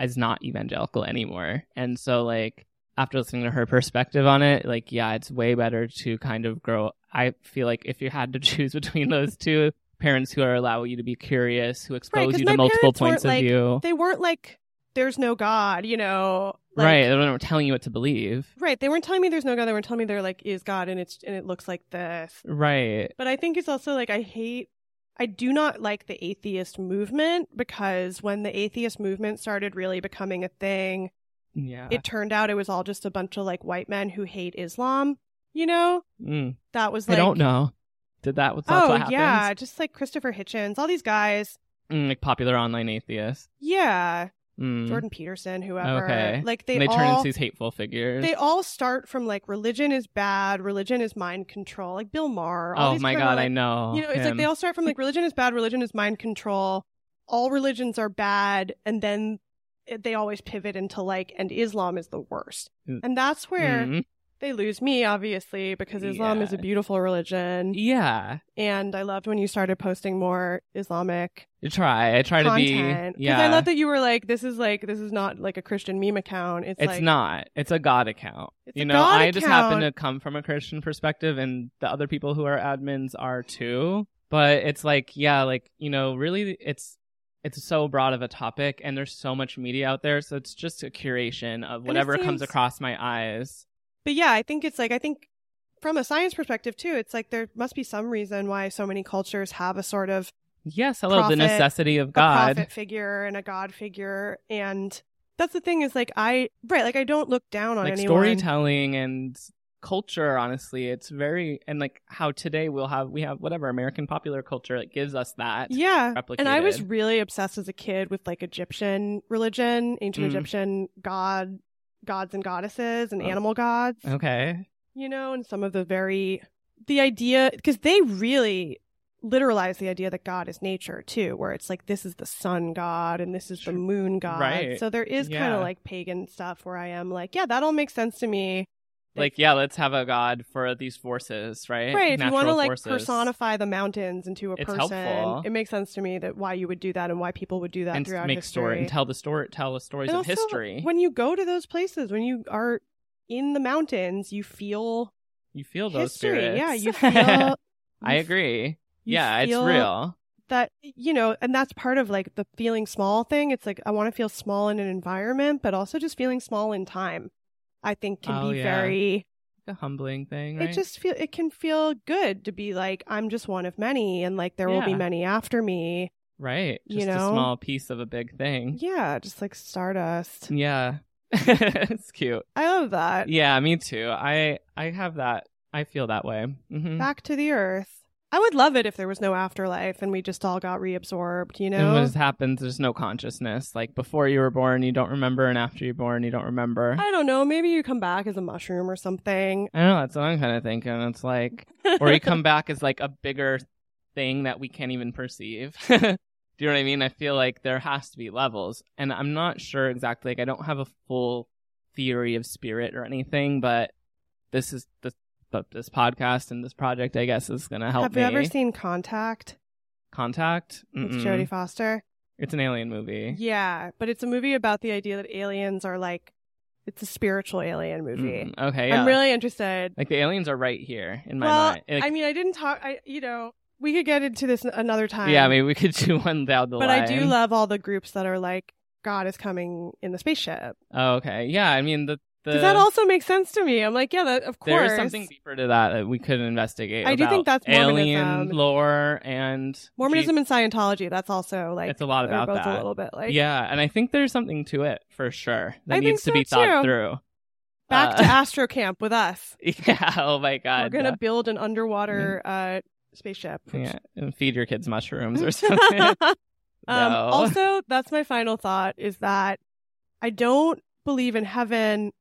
B: is not evangelical anymore. And so like after listening to her perspective on it, like yeah, it's way better to kind of grow I feel like if you had to [laughs] choose between those two parents who are allow you to be curious, who expose
A: 'cause
B: you
A: my
B: to multiple
A: parents weren't,
B: points of
A: like,
B: view.
A: They weren't like, there's no God, you know. Like,
B: right. They don't telling you what to believe.
A: Right. They weren't telling me there's no God. They weren't telling me they're like, is God and it's and it looks like this.
B: Right.
A: But I think it's also like I hate I do not like the atheist movement because when the atheist movement started really becoming a thing,
B: Yeah.
A: it turned out it was all just a bunch of like white men who hate Islam. You know,
B: Mm.
A: that was
B: I
A: like
B: don't know. Did that what's that's
A: Oh
B: what happens?
A: yeah, just like Christopher Hitchens, all these guys.
B: Mm, like popular online atheists.
A: Yeah,
B: Mm.
A: Jordan Peterson, whoever.
B: Okay.
A: Like they,
B: And they
A: all
B: turn into these hateful figures.
A: they all start from like religion is bad, religion is mind control. Like Bill Maher. all
B: oh
A: these
B: my
A: criminal,
B: god,
A: like,
B: I know.
A: You know, it's like
B: him.
A: they all start from like religion is bad, religion is mind control. All religions are bad, and then it- they always pivot into like, and Islam is the worst.
B: Mm.
A: And that's where
B: Mm.
A: they lose me obviously because Islam is a
B: Yeah.
A: beautiful religion
B: Yeah.
A: and I loved when you started posting more Islamic
B: You try. I try
A: content
B: to be. Yeah.
A: I love that you were like this is like this is not like a Christian meme account it's,
B: it's
A: like
B: not. It's a God account.
A: It's a
B: you know,
A: God
B: I just happen to
A: account.
B: come from a Christian perspective, and the other people who are admins are too. But it's like, yeah, like you know, really, it's it's so broad of a topic, and there's so much media out there, so it's just a curation of whatever
A: seems-
B: comes across my eyes.
A: but yeah I think it's like I think from a science perspective too it's like there must be some reason why so many cultures have a sort of
B: Yes, hello,
A: Prophet-
B: the necessity of
A: a
B: God.
A: prophet figure and a god figure and That's the thing is like I right like I don't look down on
B: like
A: anyone.
B: storytelling and culture honestly it's very and like how today we'll have we have whatever american popular culture it gives us that
A: yeah.
B: replicated
A: And I was really obsessed as a kid with like Egyptian religion, ancient
B: Mm.
A: Egyptian god gods and goddesses and
B: Oh.
A: animal gods.
B: okay
A: you know, and some of the very the idea because they really literalize the idea that God is nature too, where it's like this is the sun god and this is
B: Sure.
A: the moon god.
B: Right.
A: So there is kind
B: Yeah.
A: of like pagan stuff where I am like, yeah, that all makes sense to me.
B: like yeah let's have a god for these forces right
A: Right. If you want to
B: Natural
A: like
B: forces.
A: personify the mountains into a
B: It's
A: person,
B: helpful.
A: it makes sense to me that why you would do that and why people would do that
B: and
A: throughout
B: make
A: history.
B: story and tell the story tell the stories
A: And
B: of
A: also,
B: history
A: When you go to those places, when you are in the mountains, you feel
B: you feel those
A: history.
B: spirits
A: Yeah,
B: [laughs]
A: you feel.
B: i
A: you
B: agree
A: you
B: yeah
A: feel
B: it's real
A: that you know and that's part of like the feeling small thing it's like i want to feel small in an environment but also just feeling small in time i think can
B: Oh,
A: be
B: yeah.
A: very
B: a humbling thing right
A: it just feel it can feel good to be like i'm just one of many and like there will be
B: Yeah.
A: many after me
B: right
A: you
B: just
A: know?
B: a small piece of a big thing
A: yeah just like stardust
B: yeah [laughs] it's cute
A: i love that
B: yeah me too i i have that i feel that way hmm
A: back to the earth i would love it if there was no afterlife and we just all got reabsorbed you
B: And
A: know
B: what just happens, there's no consciousness. Like before you were born, you don't remember, and after you're born, you don't remember. I,
A: i don't know maybe you come back as a mushroom or something
B: don't know. That's what I'm kind of thinking. It's like, or you come back as like a bigger thing that we can't even perceive. [laughs] Do you know what I mean? I feel like there has to be levels, and I'm not sure exactly. Like I don't have a full theory of spirit or anything, but this is the but this podcast and this project, I guess, is gonna
A: [laughs]
B: help
A: have
B: me.
A: you ever seen contact
B: Contact?
A: with
B: Mm-mm.
A: jodie foster
B: It's an alien movie.
A: Yeah, but it's a movie about the idea that aliens are like it's a spiritual alien movie.
B: Mm, okay, yeah.
A: I'm really interested.
B: Like the aliens are right here in my
A: well,
B: mind. Like,
A: I mean, I didn't talk. I you know we could get into this n- another time.
B: yeah, maybe we could [laughs] do one down the
A: but
B: line.
A: I do love all the groups that are like God is coming in the spaceship.
B: Oh, okay. Yeah, I mean the. the
A: Does that also make sense to me? I'm like, yeah, that of
B: There
A: course.
B: is something deeper to that that we could investigate.
A: I do think
B: about
A: that's Mormonism.
B: alien lore and
A: um, Mormonism and Scientology. That's also like
B: It's a lot
A: they're
B: about
A: both
B: that.
A: a little bit like
B: yeah, and I think there's something to it for sure that
A: I think
B: needs
A: so,
B: to be
A: too.
B: thought through. [laughs]
A: back to
B: Uh,
A: Astro Camp with
B: [laughs]
A: us.
B: yeah. Oh my god.
A: We're gonna build an underwater uh, spaceship. which
B: yeah, and feed your kids mushrooms
A: [laughs]
B: or something.
A: Um,
B: [laughs] No. [laughs]
A: Also, that's my final thought is that I don't believe in heaven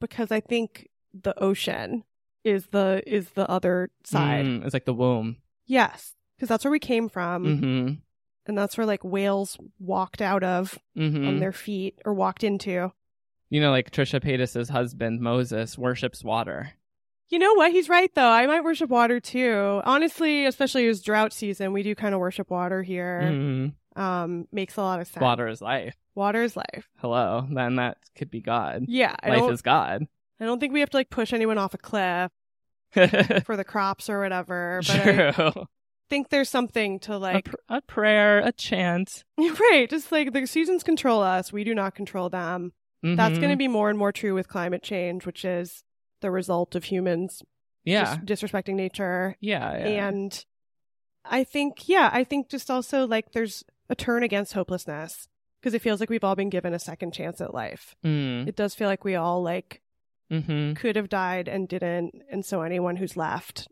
A: because I think the ocean is the is the other side.
B: Mm, it's like the womb.
A: Yes, because that's where we came from,
B: Mm-hmm.
A: and that's where like whales walked out of
B: Mm-hmm.
A: on their feet or walked into.
B: you know, like Trisha Paytas's husband Moses worships water.
A: You know what? He's right though. I might worship water too. Honestly, especially as drought season, we do kind of worship water here.
B: Mhm.
A: Um, makes a lot of sense.
B: Water is life.
A: Water is life.
B: Hello, then that could be God.
A: Yeah, I
B: life
A: don't.
B: is God.
A: I don't think we have to like push anyone off a cliff. for the crops or
B: [laughs]
A: whatever. But I
B: True.
A: think there's something to
B: a,
A: like,
B: pr- a prayer, a chant.
A: [laughs] right? Just like the seasons control us, we do not control them.
B: Mm-hmm.
A: That's going to be more and more true with climate change, which is the result of humans
B: yeah,
A: dis- disrespecting nature.
B: yeah, yeah.
A: And I think, yeah, I think just also like there's a turn against hopelessness because it feels like we've all been given a second chance at life.
B: Mm.
A: It does feel like we all like
B: hmm
A: could have died and didn't, and so anyone who's left,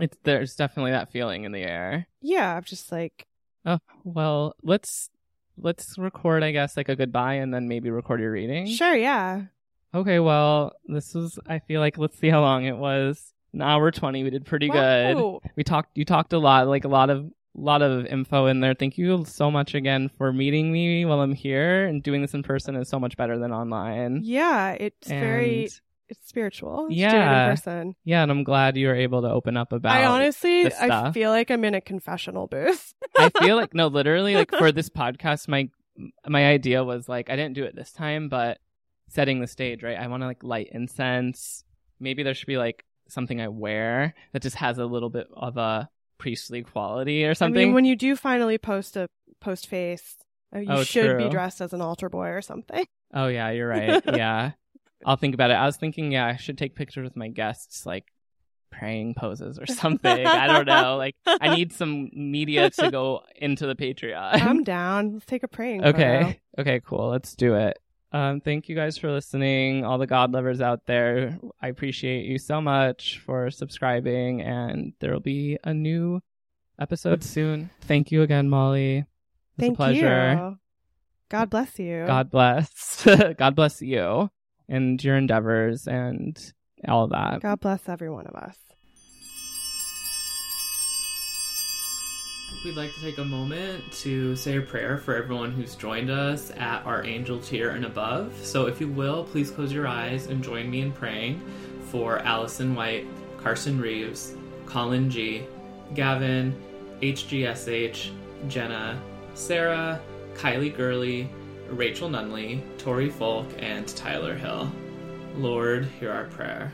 B: It's there's definitely that feeling in the air.
A: yeah, I'm just like
B: Oh well, let's let's record, I guess, like a goodbye, and then maybe record your reading.
A: sure, yeah.
B: Okay, well, this was. I feel like let's see how long it was. An hour twenty. We did pretty good.
A: Wow.
B: we talked you talked a lot like a lot of lot of info in there thank you so much again for meeting me while i'm here and doing this in person is so much better than online
A: Yeah, it's very
B: Mm-hmm. And-
A: it's spiritual. It's
B: Yeah.
A: yeah, person.
B: yeah and i'm glad you were able to open up about
A: I honestly,
B: the
A: I
B: stuff.
A: feel like I'm in a confessional booth. [laughs]
B: I feel like no literally like for this podcast my my idea was like i didn't do it this time but setting the stage right i want to like light incense maybe there should be like something i wear that just has a little bit of a priestly quality or
A: I
B: something
A: mean, when you do finally post a post face, uh, you
B: Oh,
A: should
B: true.
A: be dressed as an altar boy or
B: [laughs]
A: something.
B: Oh
A: [laughs]
B: yeah, you're right. yeah. I'll think about it. I was thinking, yeah, I should take pictures with my guests, like praying poses or something. I don't know. Like
A: [laughs]
B: I need some media to go into the Patreon.
A: I'm down. Let's take a praying. photo.
B: okay. Okay, cool. Let's do it.
C: Um, thank you guys for listening, all the God lovers out there. I appreciate you so much for subscribing, and there will be a new episode soon. Thank you again, Molly. It's
A: Thank
C: a pleasure.
A: you. God bless you.
C: God bless. [laughs] God bless you and your endeavors and all of that.
A: God bless every one of us.
B: We'd like to take a moment to say a prayer for everyone who's joined us at our angel tier and above. So, if you will, please close your eyes and join me in praying for Allison White, Carson Reeves, Colin G, Gavin, HGSH, Jenna, Sarah, Kylie Gurley, Rachel Nunley, Tori Folk, and Tyler Hill. Lord, hear our prayer.